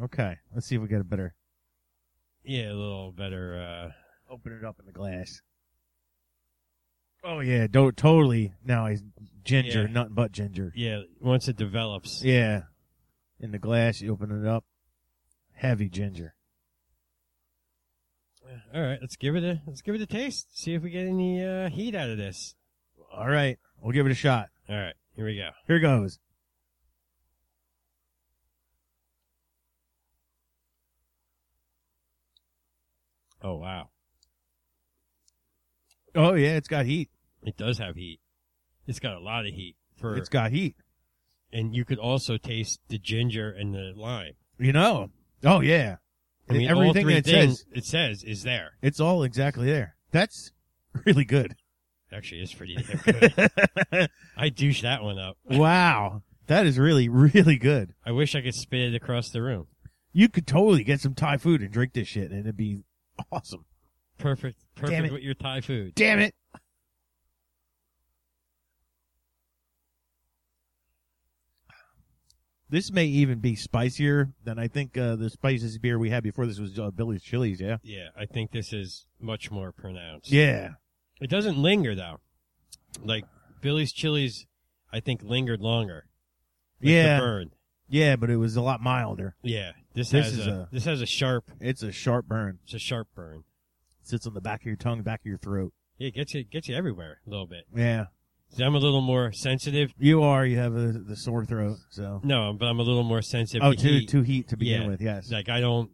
Speaker 2: Okay, let's see if we get a better.
Speaker 3: yeah, a little better. uh,
Speaker 2: Open it up in the glass. Oh yeah, do- totally. Now he's ginger,
Speaker 3: Yeah.
Speaker 2: nothing but ginger.
Speaker 3: Uh, yeah, once it develops,
Speaker 2: Yeah. In the glass, you open it up. Heavy ginger.
Speaker 3: all right. Let's give it a let's give it a taste. See if we get any uh, heat out of this.
Speaker 2: All right. We'll give it a shot.
Speaker 3: All right, here we go.
Speaker 2: Here goes.
Speaker 3: Oh wow,
Speaker 2: Oh, yeah. It's got heat.
Speaker 3: it does have heat. It's got a lot of heat for,
Speaker 2: It's got heat.
Speaker 3: and you could also taste the ginger and the lime.
Speaker 2: You know. Oh, yeah.
Speaker 3: I mean, all
Speaker 2: Everything
Speaker 3: three
Speaker 2: that it
Speaker 3: things
Speaker 2: says,
Speaker 3: it says is there.
Speaker 2: it's all exactly there. That's really good.
Speaker 3: Actually, it's pretty damn good. I douched that one up.
Speaker 2: wow. That is really, really good.
Speaker 3: I wish I could spit it across the room.
Speaker 2: You could totally get some Thai food and drink this shit, and it'd be awesome.
Speaker 3: Perfect,
Speaker 2: it.
Speaker 3: perfect with your Thai food.
Speaker 2: Damn it. This may even be spicier than I think uh, the spiciest beer we had before this was uh, Billy's Chili's. Yeah.
Speaker 3: Yeah, I think this is much more pronounced.
Speaker 2: Yeah.
Speaker 3: It doesn't linger though. Like Billy's Chili's, I think lingered longer. Like, the
Speaker 2: yeah.
Speaker 3: burn.
Speaker 2: Yeah, but it was a lot milder.
Speaker 3: Yeah. This,
Speaker 2: This
Speaker 3: has
Speaker 2: is
Speaker 3: a,
Speaker 2: a-
Speaker 3: this has a sharp
Speaker 2: It's a sharp burn.
Speaker 3: it's a sharp burn.
Speaker 2: sits on the back of your tongue, back of your throat.
Speaker 3: Yeah, it gets you gets you everywhere a little bit.
Speaker 2: Yeah.
Speaker 3: See, I'm a little more sensitive.
Speaker 2: You are. You have a, the sore throat. So.
Speaker 3: No, but I'm a little more sensitive.
Speaker 2: Oh,
Speaker 3: to
Speaker 2: too
Speaker 3: heat.
Speaker 2: too heat to begin
Speaker 3: Yeah.
Speaker 2: with. Yes.
Speaker 3: Like I don't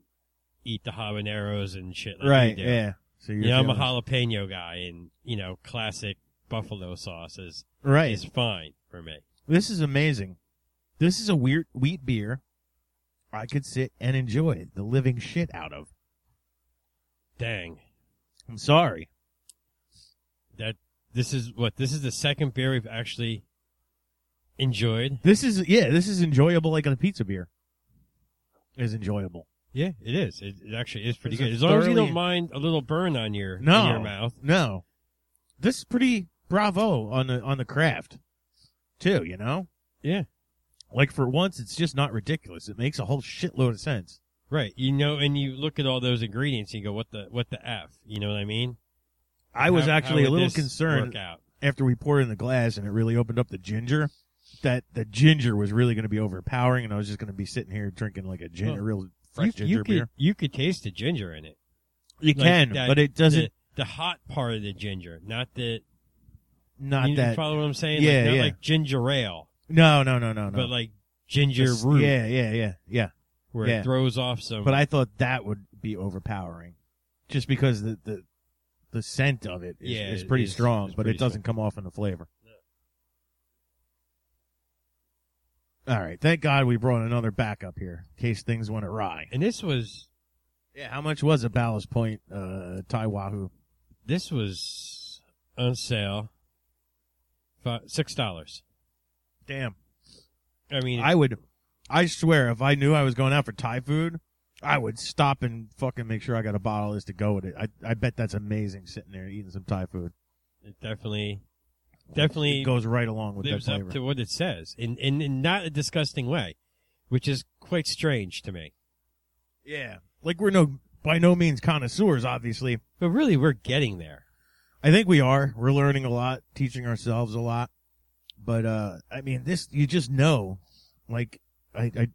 Speaker 3: eat the habaneros and shit. Like
Speaker 2: right.
Speaker 3: You do.
Speaker 2: Yeah. So you're.
Speaker 3: You know, I'm a
Speaker 2: feeling-
Speaker 3: jalapeno guy, and you know, classic buffalo sauce is
Speaker 2: Right.
Speaker 3: is fine for me.
Speaker 2: This is amazing. This is a weird wheat beer. I could sit and enjoy it, the living shit out of.
Speaker 3: Dang,
Speaker 2: I'm sorry.
Speaker 3: that this is what this is the second beer we've actually enjoyed.
Speaker 2: This is yeah, this is enjoyable like a pizza beer. Is enjoyable.
Speaker 3: Yeah, it is. It, it actually is pretty
Speaker 2: It's a
Speaker 3: good. As long as you
Speaker 2: thoroughly-
Speaker 3: don't mind a little burn on your
Speaker 2: No.
Speaker 3: in your mouth.
Speaker 2: No. This is pretty bravo on the on the craft. Too, you know?
Speaker 3: Yeah.
Speaker 2: Like for once it's just not ridiculous. It makes a whole shitload of sense.
Speaker 3: Right. You know, and you look at all those ingredients and you go, what the, what the F? You know what I mean?
Speaker 2: I was
Speaker 3: How-
Speaker 2: actually
Speaker 3: how
Speaker 2: a
Speaker 3: would
Speaker 2: little
Speaker 3: this
Speaker 2: concerned
Speaker 3: Work out.
Speaker 2: after we poured it in the glass and it really opened up the ginger that the ginger was really going to be overpowering and I was just going to be sitting here drinking like a gin,
Speaker 3: Well,
Speaker 2: a real fresh
Speaker 3: you,
Speaker 2: ginger
Speaker 3: you
Speaker 2: beer.
Speaker 3: Could, you could taste the ginger in it.
Speaker 2: you
Speaker 3: like
Speaker 2: can,
Speaker 3: that-
Speaker 2: but it doesn't
Speaker 3: The, the hot part of the ginger, not the,
Speaker 2: not
Speaker 3: you
Speaker 2: that.
Speaker 3: follow what I'm saying?
Speaker 2: Yeah,
Speaker 3: like, not
Speaker 2: yeah.
Speaker 3: like ginger ale,
Speaker 2: No, no, no, no, no.
Speaker 3: but like ginger
Speaker 2: Just-
Speaker 3: root
Speaker 2: Yeah, yeah, yeah, yeah.
Speaker 3: where
Speaker 2: yeah.
Speaker 3: it throws off some.
Speaker 2: But I thought that would be overpowering, just because the the, the scent of it is,
Speaker 3: Yeah,
Speaker 2: is
Speaker 3: it
Speaker 2: pretty
Speaker 3: is-
Speaker 2: strong,
Speaker 3: it's
Speaker 2: but
Speaker 3: pretty
Speaker 2: it doesn't come off in the flavor. All right, thank God we brought another backup here in case things went awry.
Speaker 3: and this was,
Speaker 2: Yeah, how much was a Ballast Point uh, Tai Wahoo?
Speaker 3: this was on sale. Five, Six dollars.
Speaker 2: Damn,
Speaker 3: I mean,
Speaker 2: I would, I swear, if I knew I was going out for Thai food, I would stop and fucking make sure I got a bottle of this to go with it. I I bet that's amazing sitting there eating some Thai food.
Speaker 3: it definitely, definitely
Speaker 2: it goes right along with that
Speaker 3: lives
Speaker 2: flavor.
Speaker 3: up to what it says in, in in not a disgusting way, which is quite strange to me.
Speaker 2: Yeah. Like we're no by no means connoisseurs, obviously.
Speaker 3: But really, we're getting there.
Speaker 2: I think we are. We're learning a lot, teaching ourselves a lot. But uh I mean this you just know like I, I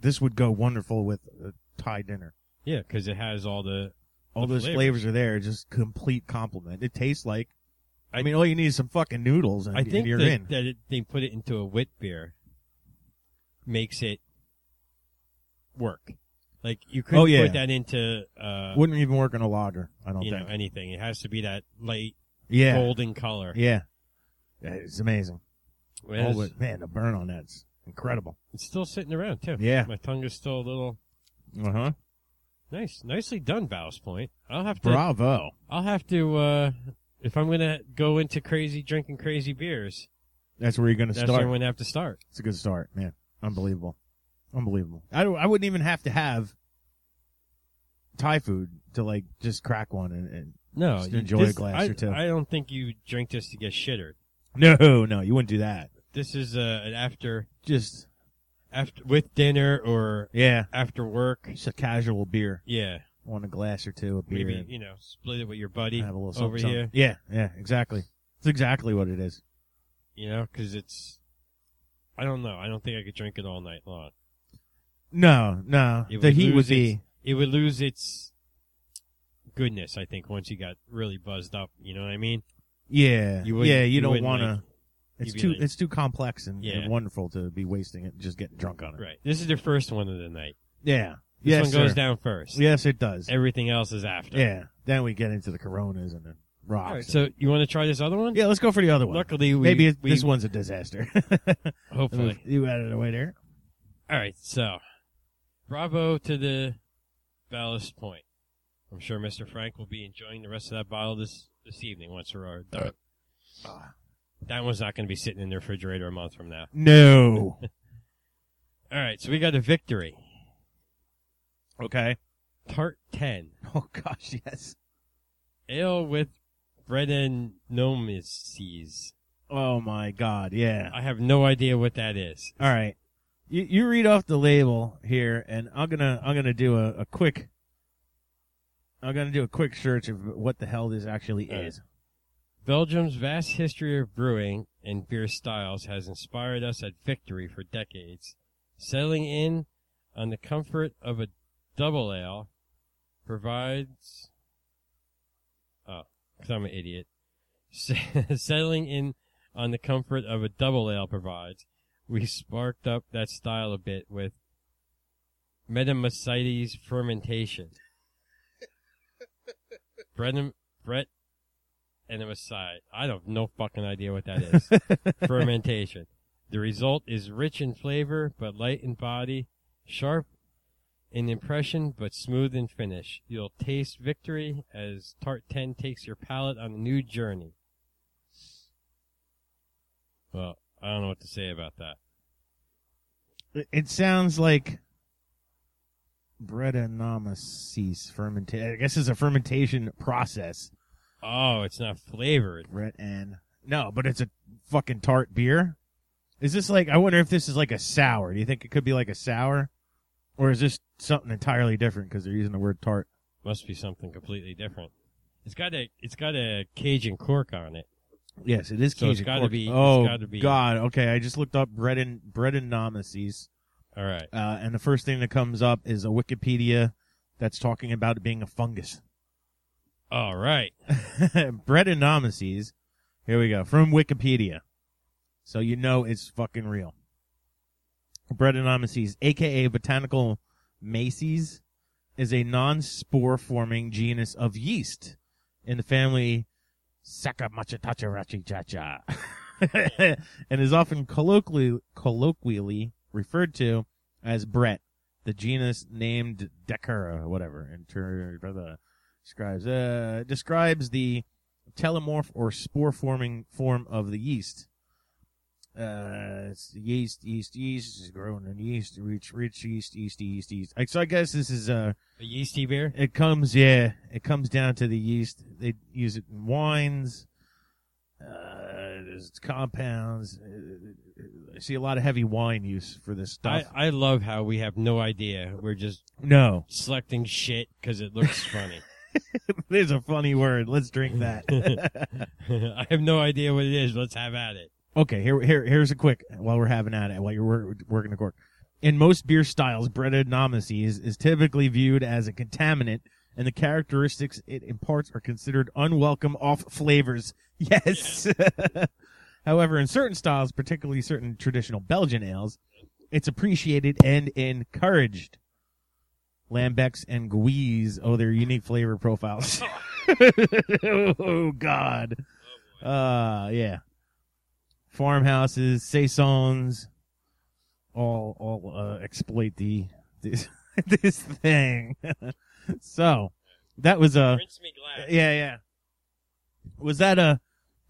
Speaker 2: this would go wonderful with a Thai dinner.
Speaker 3: Yeah, because it has all the.
Speaker 2: All
Speaker 3: The
Speaker 2: those
Speaker 3: flavors.
Speaker 2: flavors. are there, just complete compliment. It tastes like I,
Speaker 3: I-
Speaker 2: mean all you need is some fucking noodles and,
Speaker 3: I think
Speaker 2: and you're
Speaker 3: that,
Speaker 2: in.
Speaker 3: that it, they put it into a wit beer makes it work. Like you couldn't
Speaker 2: Oh, yeah.
Speaker 3: put that into uh,
Speaker 2: Wouldn't even work on a lager, I don't
Speaker 3: you know
Speaker 2: think.
Speaker 3: anything. It has to be that light
Speaker 2: yeah.
Speaker 3: golden color.
Speaker 2: Yeah. Yeah, It's amazing.
Speaker 3: It
Speaker 2: All
Speaker 3: is-
Speaker 2: the- man, the burn on that's incredible.
Speaker 3: it's still sitting around too.
Speaker 2: Yeah.
Speaker 3: my tongue is still a little
Speaker 2: Uh
Speaker 3: Uh-huh.
Speaker 2: huh.
Speaker 3: nice, nicely done. Ballast Point. I'll have to
Speaker 2: Bravo.
Speaker 3: I'll have to uh if I'm gonna go into crazy drinking crazy beers,
Speaker 2: That's where you're gonna
Speaker 3: that's
Speaker 2: start.
Speaker 3: where I'm gonna have to start.
Speaker 2: It's a good start, man. Unbelievable. Unbelievable. I, don't- I wouldn't even have to have Thai food to like just crack one and, and
Speaker 3: No,
Speaker 2: Just
Speaker 3: you-
Speaker 2: enjoy a
Speaker 3: this-
Speaker 2: glass
Speaker 3: I,
Speaker 2: or two.
Speaker 3: I don't think you drink this to get shittered.
Speaker 2: no, no, you wouldn't do that.
Speaker 3: This is uh, an after
Speaker 2: Just
Speaker 3: after with dinner or
Speaker 2: yeah,
Speaker 3: after work.
Speaker 2: just a casual beer,
Speaker 3: Yeah,
Speaker 2: want a glass or two of beer,
Speaker 3: maybe
Speaker 2: and
Speaker 3: you know split it with your buddy
Speaker 2: have a little something,
Speaker 3: over
Speaker 2: something.
Speaker 3: here.
Speaker 2: Yeah, yeah, exactly. It's exactly what it is.
Speaker 3: You know, because it's I don't know. I don't think I could drink it all night long.
Speaker 2: No, no,
Speaker 3: It
Speaker 2: the
Speaker 3: would
Speaker 2: heat would
Speaker 3: lose
Speaker 2: be.
Speaker 3: It would lose its goodness. I think once you got really buzzed up. You know what I mean?
Speaker 2: Yeah,
Speaker 3: You wouldn't-
Speaker 2: yeah, you,
Speaker 3: you
Speaker 2: don't
Speaker 3: wouldn't,
Speaker 2: want to.
Speaker 3: like,
Speaker 2: it's
Speaker 3: you'd be
Speaker 2: too,
Speaker 3: like-
Speaker 2: it's too complex and,
Speaker 3: Yeah.
Speaker 2: and wonderful to be wasting it, just getting drunk on it.
Speaker 3: Right. This is the first one of the night.
Speaker 2: Yeah.
Speaker 3: This
Speaker 2: yes,
Speaker 3: one goes
Speaker 2: sir.
Speaker 3: down first.
Speaker 2: Yes, it does.
Speaker 3: Everything else is after.
Speaker 2: Yeah. Then we get into the Coronas and the rocks.
Speaker 3: All right. So you want to try this other one?
Speaker 2: yeah, let's go for the other one.
Speaker 3: Luckily, we,
Speaker 2: Maybe it-
Speaker 3: we
Speaker 2: this one's a disaster.
Speaker 3: hopefully.
Speaker 2: you out of the way there. Mm-hmm.
Speaker 3: All right. So, bravo to the ballast point. I'm sure Mr. Frank will be enjoying the rest of that bottle this this evening once we're done.
Speaker 2: Ah.
Speaker 3: That one's not going to be sitting in the refrigerator a month from now.
Speaker 2: No.
Speaker 3: All right. So we got a victory.
Speaker 2: okay.
Speaker 3: Tart ten
Speaker 2: Oh gosh, yes.
Speaker 3: ale with bread and nomices.
Speaker 2: Oh my God, yeah.
Speaker 3: I have no idea what that is.
Speaker 2: All right. you, you read off the label here, and I'm gonna I'm gonna do a, a quick. I'm gonna do a quick search of what the hell this actually
Speaker 3: All right.
Speaker 2: is.
Speaker 3: Belgium's vast history of brewing and beer styles has inspired us at Victory for decades, settling in on the comfort of a double ale provides. Oh, 'cause I'm an idiot. settling in on the comfort of a double ale provides. We sparked up that style a bit with Metamycetes fermentation. Brennan, Brett and it was side. I have no fucking idea what that is. Fermentation. The result is rich in flavor, but light in body, sharp in impression, but smooth in finish. You'll taste victory as Tart 10 takes your palate on a new journey. Well, I don't know what to say about that.
Speaker 2: It- It sounds like Brettanomyces fermentation. I guess it's a fermentation process.
Speaker 3: Oh, it's not flavored.
Speaker 2: Brett and no, but it's a fucking tart beer. Is this like? I wonder if this is like a sour. Do you think it could be like a sour, or is this something entirely different because they're using the word tart?
Speaker 3: Must be something completely different. It's got a it's got a Cajun cork on it.
Speaker 2: Yes, it is.
Speaker 3: So it's
Speaker 2: Cajun
Speaker 3: gotta
Speaker 2: cork.
Speaker 3: be- it's
Speaker 2: Oh
Speaker 3: gotta be-
Speaker 2: God. Okay, I just looked up bread and bread and nomices,
Speaker 3: All right.
Speaker 2: uh, and the first thing that comes up is a Wikipedia that's talking about it being a fungus.
Speaker 3: All right.
Speaker 2: bread and nomices. Here we go from Wikipedia, so you know it's fucking real. Bread and nomices, aka botanical maces, is a non-spore-forming genus of yeast in the family Saccharomyces, and is often colloquially, colloquially referred to as Brett, the genus named Decura, whatever, inter- uh, describes, uh, describes the telomorph or spore-forming form of the yeast. Uh, it's yeast, yeast, yeast, is growing in yeast, rich, rich yeast, yeast, yeast, yeast. Like, So I guess this is, uh,
Speaker 3: A yeasty beer?
Speaker 2: it comes, yeah, it comes down to the yeast. They use it in wines. Uh, there's compounds. Uh, I see a lot of heavy wine use for this
Speaker 3: I,
Speaker 2: stuff.
Speaker 3: I love how we have no idea. We're just
Speaker 2: no,
Speaker 3: selecting shit because it looks funny.
Speaker 2: there's a funny word. Let's drink that.
Speaker 3: I have no idea what it is. Let's have at it.
Speaker 2: Okay, here, here, here's a quick while we're having at it, while you're wor- working the cork. In most beer styles, Brettanomyces is, is typically viewed as a contaminant, and the characteristics it imparts are considered unwelcome off flavors. Yes. However, in certain styles, particularly certain traditional Belgian ales, it's appreciated and encouraged. Lambics and Guise owe their unique flavor profiles. oh God. Uh, yeah farmhouses, saisons, all all uh, exploit the this this thing. so that was a
Speaker 3: Rinse me glass.
Speaker 2: yeah yeah. Was that a?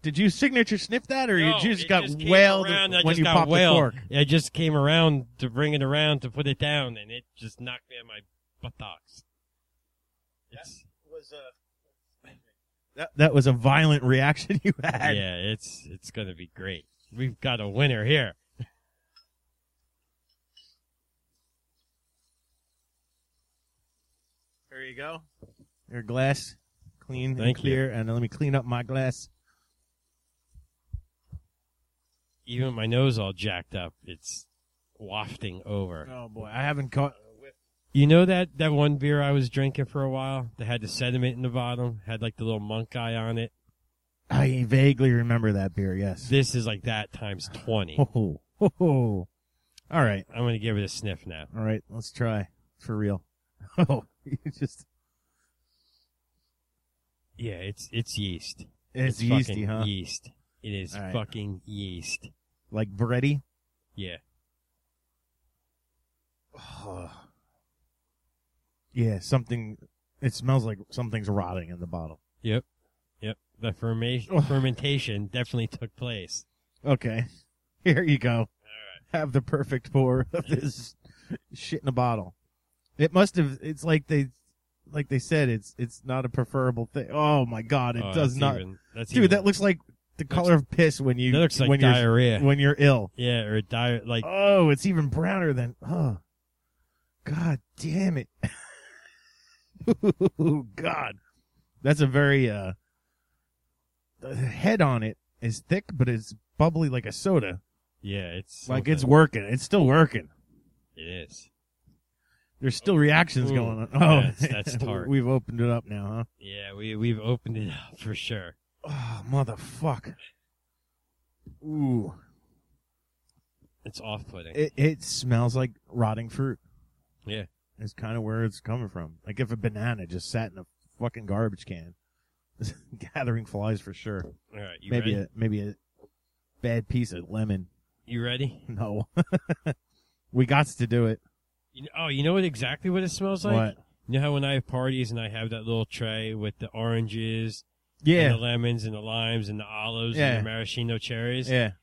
Speaker 2: Did you signature sniff that, or
Speaker 3: No,
Speaker 2: you just
Speaker 3: it
Speaker 2: got
Speaker 3: came
Speaker 2: wailed
Speaker 3: around, I
Speaker 2: when
Speaker 3: just
Speaker 2: you
Speaker 3: got
Speaker 2: popped
Speaker 3: wailed.
Speaker 2: the cork?
Speaker 3: I just came around to bring it around to put it down, and it just knocked me on my buttocks. It's,
Speaker 2: Was a that, that was a violent reaction you had.
Speaker 3: yeah, it's it's gonna be great. We've got a winner here.
Speaker 2: There you go. Your glass clean and
Speaker 3: Thank you.
Speaker 2: clear, and let me clean up my glass.
Speaker 3: Even with my nose all jacked up. It's wafting over.
Speaker 2: Oh boy, Uh, I haven't caught.
Speaker 3: You know that that one beer I was drinking for a while that had the sediment in the bottom, had like the little monk guy on it.
Speaker 2: I vaguely remember that beer. Yes.
Speaker 3: This is like that times twenty.
Speaker 2: Oh, oh, oh. All right,
Speaker 3: I'm gonna give it a sniff now.
Speaker 2: all right. Let's try for real. Oh, you just
Speaker 3: Yeah, it's it's yeast.
Speaker 2: it's,
Speaker 3: fucking
Speaker 2: yeasty, huh?
Speaker 3: Yeast. It is
Speaker 2: All right.
Speaker 3: fucking yeast.
Speaker 2: Like bready.
Speaker 3: Yeah.
Speaker 2: Yeah, something. It smells like something's rotting in the bottle.
Speaker 3: Yep. Yep. The ferma-
Speaker 2: Ugh.
Speaker 3: fermentation definitely took place.
Speaker 2: Okay, here you go. Have the perfect pour of this shit in a bottle. It must have. It's like they, like they said. It's it's not a preferable thing. Oh my god, it
Speaker 3: Oh,
Speaker 2: does
Speaker 3: that's
Speaker 2: not.
Speaker 3: Even, that's
Speaker 2: Dude,
Speaker 3: even-
Speaker 2: that looks like the color of piss when you
Speaker 3: That looks like
Speaker 2: when you're
Speaker 3: diarrhea.
Speaker 2: when you're ill.
Speaker 3: yeah, or diarrhea. Like
Speaker 2: Oh, it's even browner than oh. God damn it. Ooh, God. That's a very uh the head on it is thick but it's bubbly like a soda.
Speaker 3: yeah, it's
Speaker 2: Like it's
Speaker 3: something.
Speaker 2: working. It's still working.
Speaker 3: it is.
Speaker 2: There's still reactions
Speaker 3: Ooh,
Speaker 2: going on. Oh,
Speaker 3: that's- that's tart.
Speaker 2: We've opened it up now, huh?
Speaker 3: Yeah, we we've opened it up for sure.
Speaker 2: Oh, motherfuck. Ooh.
Speaker 3: It's off putting.
Speaker 2: It, it smells like rotting fruit.
Speaker 3: Yeah.
Speaker 2: It's kind of where it's coming from. Like if a banana just sat in a fucking garbage can, gathering flies for sure.
Speaker 3: All right, you
Speaker 2: maybe
Speaker 3: ready?
Speaker 2: a maybe a bad piece of lemon.
Speaker 3: You ready?
Speaker 2: No. we got to do it.
Speaker 3: You kn- oh, you know what exactly what it smells like?
Speaker 2: What?
Speaker 3: You know how when I have parties and I have that little tray with the oranges, and the
Speaker 2: Yeah.
Speaker 3: lemons and the limes and the olives
Speaker 2: Yeah.
Speaker 3: and the maraschino cherries.
Speaker 2: Yeah.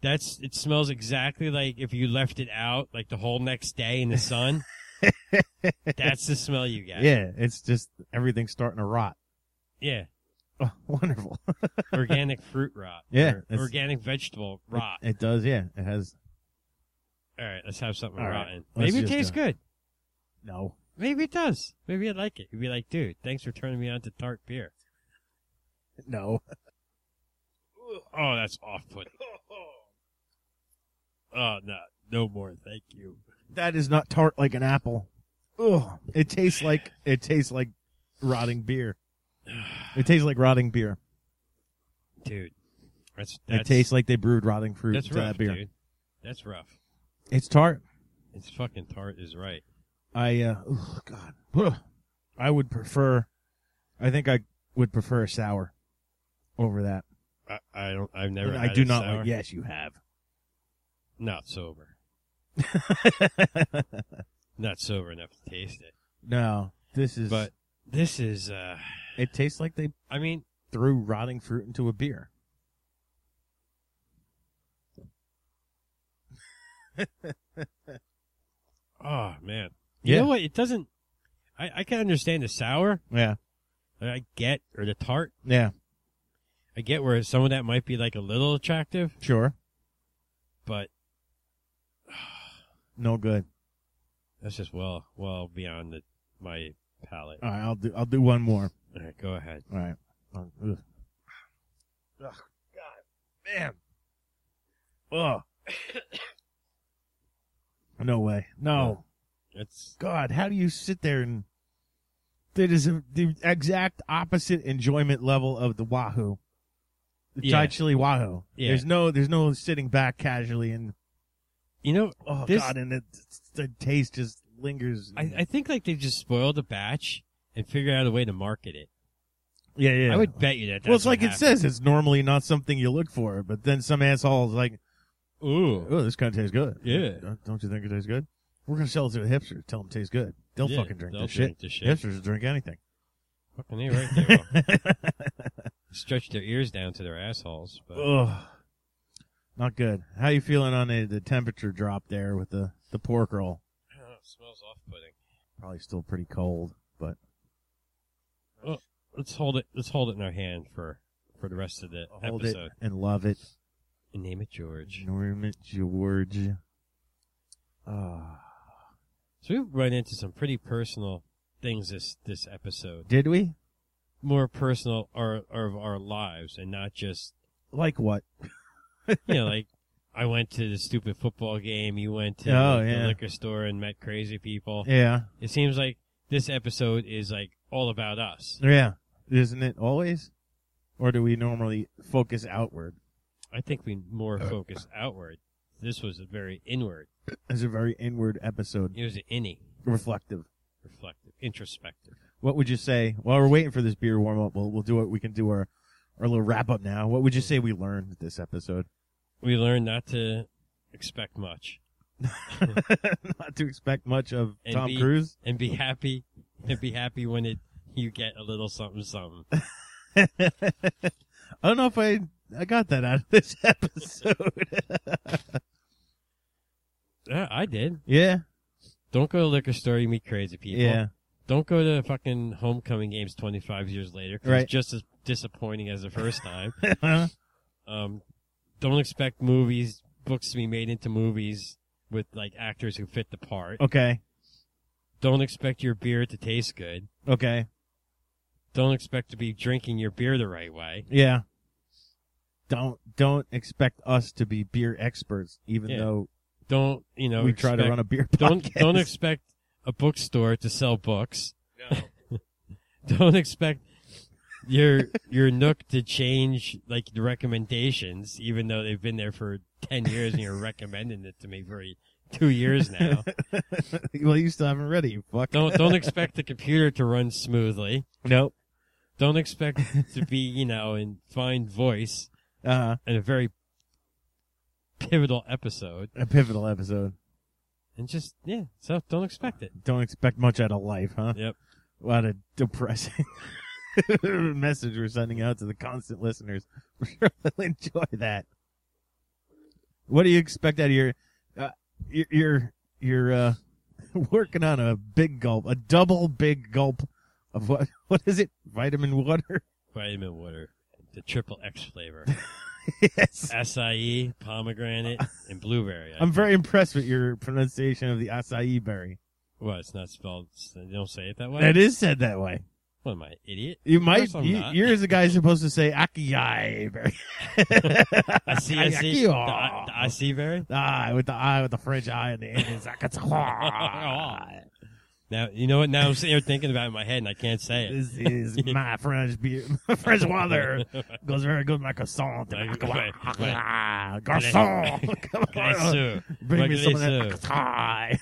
Speaker 3: That's it smells exactly like if you left it out like the whole next day in the sun. That's the smell you get.
Speaker 2: Yeah. It's just everything's starting to rot.
Speaker 3: Yeah.
Speaker 2: Oh, wonderful.
Speaker 3: Organic fruit rot.
Speaker 2: Yeah,
Speaker 3: Or
Speaker 2: it's-
Speaker 3: organic vegetable rot.
Speaker 2: It, it does. Yeah. It has
Speaker 3: All right, let's have something
Speaker 2: All right,
Speaker 3: rotten.
Speaker 2: let's
Speaker 3: Maybe it
Speaker 2: just uh,
Speaker 3: tastes
Speaker 2: do
Speaker 3: good.
Speaker 2: no.
Speaker 3: Maybe it does. Maybe I'd like it. You'd be like, dude, thanks for turning me on to tart beer.
Speaker 2: No.
Speaker 3: Oh, that's off putting. Oh no, no more, thank you.
Speaker 2: That is not tart like an apple. Ugh. It tastes like it tastes like rotting beer. It tastes like rotting beer.
Speaker 3: Dude. That's that's
Speaker 2: it tastes like they brewed rotting fruit
Speaker 3: that's
Speaker 2: into
Speaker 3: rough,
Speaker 2: that beer.
Speaker 3: dude. That's rough.
Speaker 2: It's tart.
Speaker 3: It's fucking tart is right.
Speaker 2: I uh oh god. Ugh. I would prefer I think I would prefer a sour over that.
Speaker 3: I, I don't. I've never.
Speaker 2: And
Speaker 3: had
Speaker 2: I do
Speaker 3: a
Speaker 2: not
Speaker 3: sour.
Speaker 2: like yes you have.
Speaker 3: Not sober. Not sober enough to taste it.
Speaker 2: no. This is
Speaker 3: But this is. uh
Speaker 2: it tastes like they
Speaker 3: I mean,
Speaker 2: threw rotting fruit into a beer.
Speaker 3: oh man. You
Speaker 2: Yeah.
Speaker 3: know what? It doesn't. I, I can understand the sour.
Speaker 2: Yeah.
Speaker 3: Like, I get or the tart.
Speaker 2: Yeah.
Speaker 3: I get where some of that might be like a little attractive,
Speaker 2: Sure.
Speaker 3: but
Speaker 2: No good.
Speaker 3: that's just well, well beyond the, my palate.
Speaker 2: All right, I'll do I'll do one more.
Speaker 3: All right, go ahead.
Speaker 2: All right. Oh, ugh. Ugh, God, man. Ugh. no way. No.
Speaker 3: It's
Speaker 2: God, how do you sit there and that is a, the exact opposite enjoyment level of the Wahoo, the
Speaker 3: Yeah.
Speaker 2: Thai chili Wahoo.
Speaker 3: Yeah.
Speaker 2: There's no, there's no sitting back casually and
Speaker 3: you know.
Speaker 2: oh
Speaker 3: This-
Speaker 2: God, and the, the taste just lingers.
Speaker 3: I, I think like they just spoiled the batch and figured out a way to market it.
Speaker 2: yeah, yeah.
Speaker 3: I would bet you that. That's
Speaker 2: well, it's
Speaker 3: what
Speaker 2: like it
Speaker 3: happened.
Speaker 2: says, it's normally not something you look for, but then some asshole is like,
Speaker 3: Ooh,
Speaker 2: Oh, this kind of tastes good.
Speaker 3: Yeah.
Speaker 2: Don't, don't you think it tastes good? We're going to sell it to the hipsters. Tell them it tastes good. They'll
Speaker 3: Yeah,
Speaker 2: fucking drink
Speaker 3: they'll
Speaker 2: this
Speaker 3: drink
Speaker 2: shit.
Speaker 3: this
Speaker 2: Hipsters will drink anything.
Speaker 3: Fucking A right there. Will. Stretch their ears down to their assholes. But
Speaker 2: Ugh. Not good. How you feeling on the, the temperature drop there with the, the pork roll?
Speaker 3: smells off-putting.
Speaker 2: Probably still pretty cold, but
Speaker 3: Let's hold it. Let's hold it in our hand for for the rest of the
Speaker 2: I'll hold
Speaker 3: episode.
Speaker 2: it and love it.
Speaker 3: And name it George.
Speaker 2: Norman George. Ah.
Speaker 3: So we've run into some pretty personal things this this episode.
Speaker 2: did we?
Speaker 3: More personal are are of our lives and not just
Speaker 2: Like what?
Speaker 3: you know like. I went to the stupid football game. You went to
Speaker 2: Oh,
Speaker 3: the
Speaker 2: yeah.
Speaker 3: liquor store and met crazy people.
Speaker 2: Yeah.
Speaker 3: It seems like this episode is like all about us.
Speaker 2: Yeah. Isn't it always? Or do we normally focus outward?
Speaker 3: I think we more focus outward. This was a very inward.
Speaker 2: It's a very inward episode.
Speaker 3: It was an innie,
Speaker 2: Reflective.
Speaker 3: reflective, introspective.
Speaker 2: what would you say while we're waiting for this beer warm up we'll, we'll do it we can do our our little wrap up now what would you say we learned this episode
Speaker 3: We learned not to expect much
Speaker 2: not to expect much of
Speaker 3: And
Speaker 2: tom
Speaker 3: be-
Speaker 2: cruise
Speaker 3: and be happy and be happy when it you get a little something something.
Speaker 2: i don't know if i i got that out of this episode
Speaker 3: Yeah, I did.
Speaker 2: yeah
Speaker 3: Don't go to liquor store. You meet crazy people.
Speaker 2: yeah
Speaker 3: Don't go to fucking homecoming games 25 years later 'cause
Speaker 2: Right. Uh-huh.
Speaker 3: it's just as disappointing as the first time. Um, don't expect movies, books to be made into movies with like actors who fit the part.
Speaker 2: Okay.
Speaker 3: Don't expect your beer to taste good.
Speaker 2: Okay.
Speaker 3: Don't expect to be drinking your beer the right way.
Speaker 2: Yeah. Don't don't expect us to be beer experts, even
Speaker 3: Yeah.
Speaker 2: though
Speaker 3: Don't you know?
Speaker 2: we try to
Speaker 3: expect-
Speaker 2: run a beer
Speaker 3: Don't
Speaker 2: podcast.
Speaker 3: don't expect a bookstore to sell books. don't expect your your Nook to change like the recommendations, even though they've been there for ten years and you're recommending it to me for two years now.
Speaker 2: well, you still haven't read it, you fuck.
Speaker 3: Don't don't expect the computer to run smoothly.
Speaker 2: Nope.
Speaker 3: Don't expect to be you know in fine voice
Speaker 2: Uh,
Speaker 3: in a very pivotal episode,
Speaker 2: a pivotal episode.
Speaker 3: and just yeah. So don't expect it.
Speaker 2: Don't expect much out of life, huh?
Speaker 3: Yep.
Speaker 2: What a depressing message we're sending out to the constant listeners. I'm sure they'll enjoy that. What do you expect out of your, uh, your, your, your, uh, working on a big gulp, a double big gulp of what, what is it? Vitamin water?
Speaker 3: Vitamin water, the triple X flavor,
Speaker 2: yes.
Speaker 3: acai, pomegranate, and blueberry. I
Speaker 2: I'm very impressed with your pronunciation of the acai berry.
Speaker 3: Well, it's not spelled. They don't say it that way.
Speaker 2: It is said that way.
Speaker 3: What am I, idiot?
Speaker 2: You might,
Speaker 3: course I'm
Speaker 2: you,
Speaker 3: not.
Speaker 2: you're as a guy supposed to say acai berry.
Speaker 3: I see. I
Speaker 2: Acai-
Speaker 3: see. the I, the I see berry.
Speaker 2: Ah, with the eye, with the French eye and the end. It's like, it's
Speaker 3: Now you know what. Now I'm sitting here thinking about it in my head, and I can't say it.
Speaker 2: This is my French beer, my French water. Goes very good like a song.
Speaker 3: Like, wait, wait.
Speaker 2: Garçon, come
Speaker 3: Yes,
Speaker 2: on,
Speaker 3: sir.
Speaker 2: bring me
Speaker 3: Like
Speaker 2: some of
Speaker 3: this,
Speaker 2: that.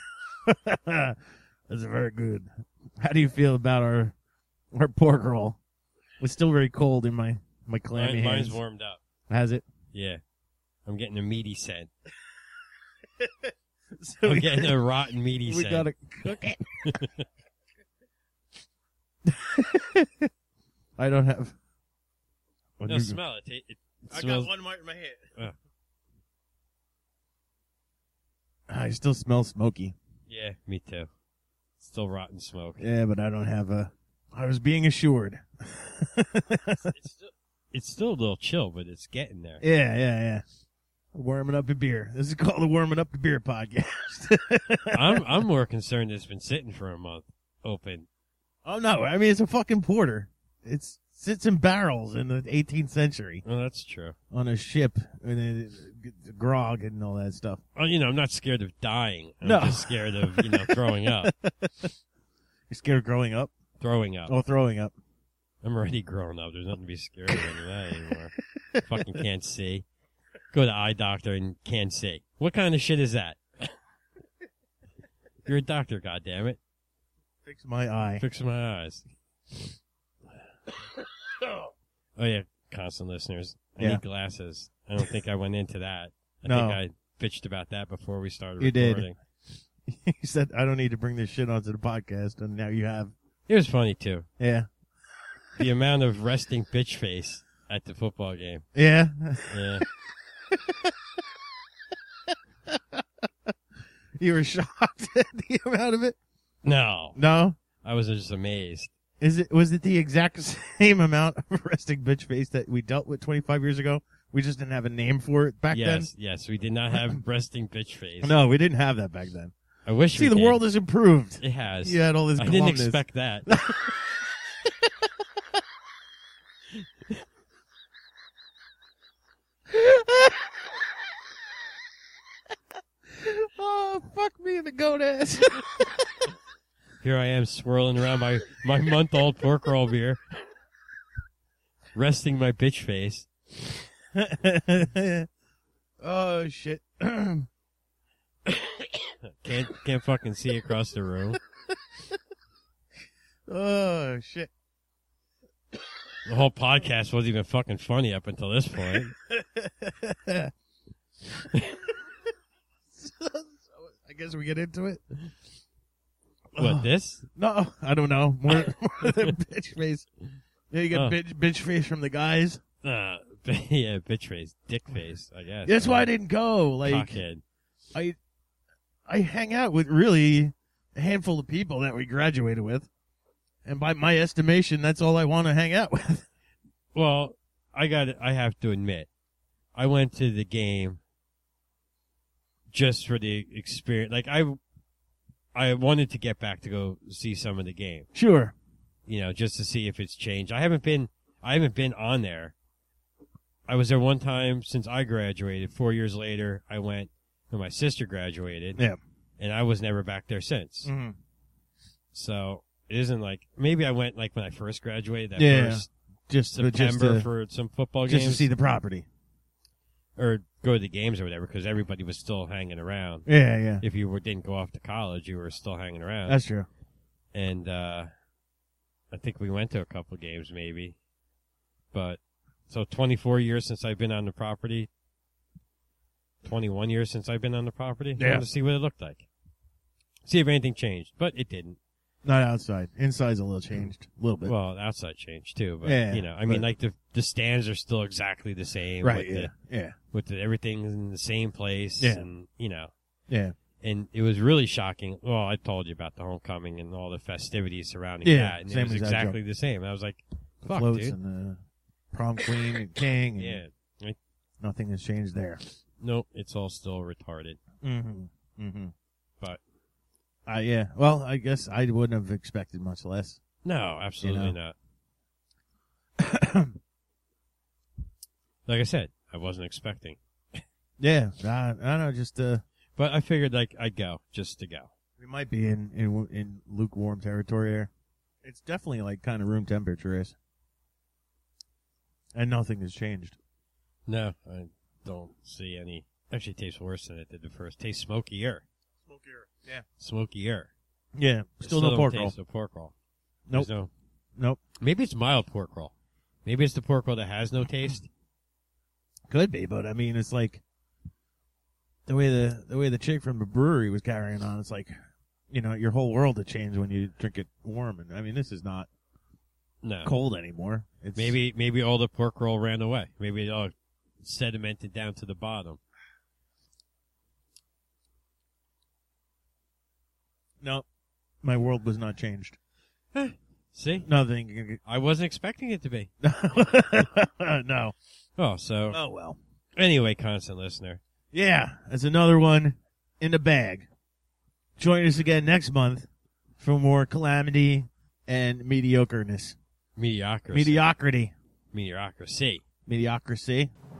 Speaker 2: acai. That's very good. How do you feel about our our pork roll? It's still very cold in my my clammy
Speaker 3: Mine, mine's
Speaker 2: hands.
Speaker 3: warmed up.
Speaker 2: Has it?
Speaker 3: Yeah, I'm getting a meaty scent.
Speaker 2: So
Speaker 3: I'm getting a rotten meaty
Speaker 2: we
Speaker 3: scent.
Speaker 2: gotta cook it. I don't have. What
Speaker 3: no
Speaker 2: you-
Speaker 3: smell it. It, it smells.
Speaker 2: one mark in my head.
Speaker 3: Ugh.
Speaker 2: I Ah, still smell smoky.
Speaker 3: Yeah, me too. Still rotten smoke.
Speaker 2: Yeah, but I don't have a. I was being assured.
Speaker 3: it's still. It's still a little chill, but it's getting there.
Speaker 2: Yeah, yeah, yeah. Warming up a beer. This is called the Warming Up the Beer podcast.
Speaker 3: I'm I'm more concerned. It's been sitting for a month open.
Speaker 2: oh no! I mean, it's a fucking porter. It sits in barrels in the 18th century
Speaker 3: Well, that's true.
Speaker 2: on a ship and it, it- grog and all that stuff.
Speaker 3: Well, you know, I'm not scared of dying. I'm
Speaker 2: No.
Speaker 3: just scared of, you know, throwing up.
Speaker 2: You're scared of growing up?
Speaker 3: Throwing up.
Speaker 2: Oh, throwing up.
Speaker 3: I'm already grown up. There's nothing to be scared of any of that anymore. Fucking can't see. Go to eye doctor and can't see. What kind of shit is that? You're a doctor, goddammit.
Speaker 2: Fix my eye.
Speaker 3: Fix my eyes. Oh yeah, constant listeners. I
Speaker 2: Yeah.
Speaker 3: need glasses. I don't think I went into that. I
Speaker 2: No.
Speaker 3: think I bitched about that before we started
Speaker 2: You did.
Speaker 3: recording.
Speaker 2: you said I don't need to bring this shit onto the podcast, and now you have.
Speaker 3: It was funny too.
Speaker 2: Yeah,
Speaker 3: The amount of resting bitch face at the football game.
Speaker 2: yeah.
Speaker 3: Yeah.
Speaker 2: You were shocked at the amount of it.
Speaker 3: No,
Speaker 2: No,
Speaker 3: I was just amazed.
Speaker 2: is it was it the exact same amount of resting bitch face that we dealt with 25 years ago? We just didn't have a name for it back
Speaker 3: yes, yes, we did not have resting bitch face.
Speaker 2: then. No, we didn't have that back then.
Speaker 3: I wish.
Speaker 2: See,
Speaker 3: we
Speaker 2: the
Speaker 3: did.
Speaker 2: world has improved.
Speaker 3: It has.
Speaker 2: You had all this
Speaker 3: I didn't
Speaker 2: glumness.
Speaker 3: expect that.
Speaker 2: oh, fuck me, the goat ass.
Speaker 3: Here I am swirling around my my month old pork roll beer, resting my bitch face.
Speaker 2: oh shit.
Speaker 3: Can't can't fucking see across the room.
Speaker 2: oh shit.
Speaker 3: The whole podcast wasn't even fucking funny up until this point.
Speaker 2: So, I guess we get into it. Oh,
Speaker 3: What this?
Speaker 2: No, I don't know. More, more than bitch face. Yeah, you get
Speaker 3: Oh.
Speaker 2: bitch, bitch face from the guys.
Speaker 3: Uh, yeah, bitch face, dick face. I guess.
Speaker 2: That's why I didn't go. Like
Speaker 3: Cockhead.
Speaker 2: I, I hang out with really a handful of people that we graduated with, and by my estimation, that's all I want to hang out with.
Speaker 3: Well, I got. I have to admit, I went to the game just for the experience. Like I, I wanted to get back to go see some of the game,
Speaker 2: Sure.
Speaker 3: you know, just to see if it's changed. I haven't been, I haven't been on there. I was there one time since I graduated. Four years later, I went when my sister graduated.
Speaker 2: Yeah.
Speaker 3: And I was never back there since.
Speaker 2: Mm.
Speaker 3: So it isn't like maybe I went like when I first graduated that
Speaker 2: Yeah.
Speaker 3: first
Speaker 2: Just
Speaker 3: September
Speaker 2: just to,
Speaker 3: for some football
Speaker 2: just to
Speaker 3: games
Speaker 2: see the property.
Speaker 3: or go to the games or whatever because everybody was still hanging around.
Speaker 2: Yeah, yeah.
Speaker 3: If you were, didn't go off to college, you were still hanging around.
Speaker 2: That's true.
Speaker 3: and uh, I think we went to a couple games maybe, but so 24 years since I've been on the property. 21 years since I've been on the property. I
Speaker 2: Yeah.
Speaker 3: wanted to see what it looked like. See if anything changed, but it didn't.
Speaker 2: Not outside. Inside's a little changed, a little bit.
Speaker 3: Well, outside changed too, but
Speaker 2: Yeah,
Speaker 3: you know, I mean,
Speaker 2: but-
Speaker 3: like the the stands are still exactly the same,
Speaker 2: right.
Speaker 3: With
Speaker 2: Yeah.
Speaker 3: the,
Speaker 2: yeah.
Speaker 3: with the, everything in the same place,
Speaker 2: Yeah.
Speaker 3: and you know,
Speaker 2: Yeah.
Speaker 3: and it was really shocking. Well, I told you about the homecoming and all the festivities surrounding
Speaker 2: Yeah,
Speaker 3: that, and
Speaker 2: same
Speaker 3: it was
Speaker 2: exact
Speaker 3: exactly the same. I was like,
Speaker 2: The
Speaker 3: fuck,
Speaker 2: floats
Speaker 3: dude,
Speaker 2: and the prom queen and king. And
Speaker 3: yeah,
Speaker 2: Nothing has changed there.
Speaker 3: nope, it's all still retarded.
Speaker 2: Mm-hmm. Mm-hmm.
Speaker 3: But-
Speaker 2: Uh, yeah. Well, I guess I wouldn't have expected much less.
Speaker 3: No, absolutely
Speaker 2: You
Speaker 3: not. like I said, I wasn't expecting,
Speaker 2: Yeah. I, I don't know. Just uh,
Speaker 3: but I figured like I'd go just to go.
Speaker 2: we might be in in, in lukewarm territory here. It's definitely like kind of room temperature is, and nothing has changed.
Speaker 3: No, I don't see any. Actually, it tastes worse than it did the first. Tastes smokier,
Speaker 2: Smokier. Yeah.
Speaker 3: smokier.
Speaker 2: Yeah.
Speaker 3: It
Speaker 2: Still, no
Speaker 3: don't
Speaker 2: pork
Speaker 3: taste
Speaker 2: roll.
Speaker 3: the pork roll.
Speaker 2: Nope.
Speaker 3: There's No,
Speaker 2: Nope.
Speaker 3: Maybe it's mild pork roll. Maybe it's the pork roll that has no taste.
Speaker 2: Could be, but I mean, it's like the way the the way the chick from the brewery was carrying on. It's like you know, your whole world to change when you drink it warm. And I mean, this is not
Speaker 3: No.
Speaker 2: cold anymore. It's
Speaker 3: Maybe maybe all the pork roll ran away. Maybe it all sedimented down to the bottom.
Speaker 2: no. My world was not changed.
Speaker 3: See?
Speaker 2: Nothing.
Speaker 3: I wasn't expecting it to be.
Speaker 2: no.
Speaker 3: Oh, so
Speaker 2: Oh well.
Speaker 3: anyway, constant listener.
Speaker 2: Yeah, that's another one in the bag. Join us again next month for more calamity and mediocreness,
Speaker 3: Mediocrity.
Speaker 2: mediocrity,
Speaker 3: Mediocrity.
Speaker 2: mediocrity.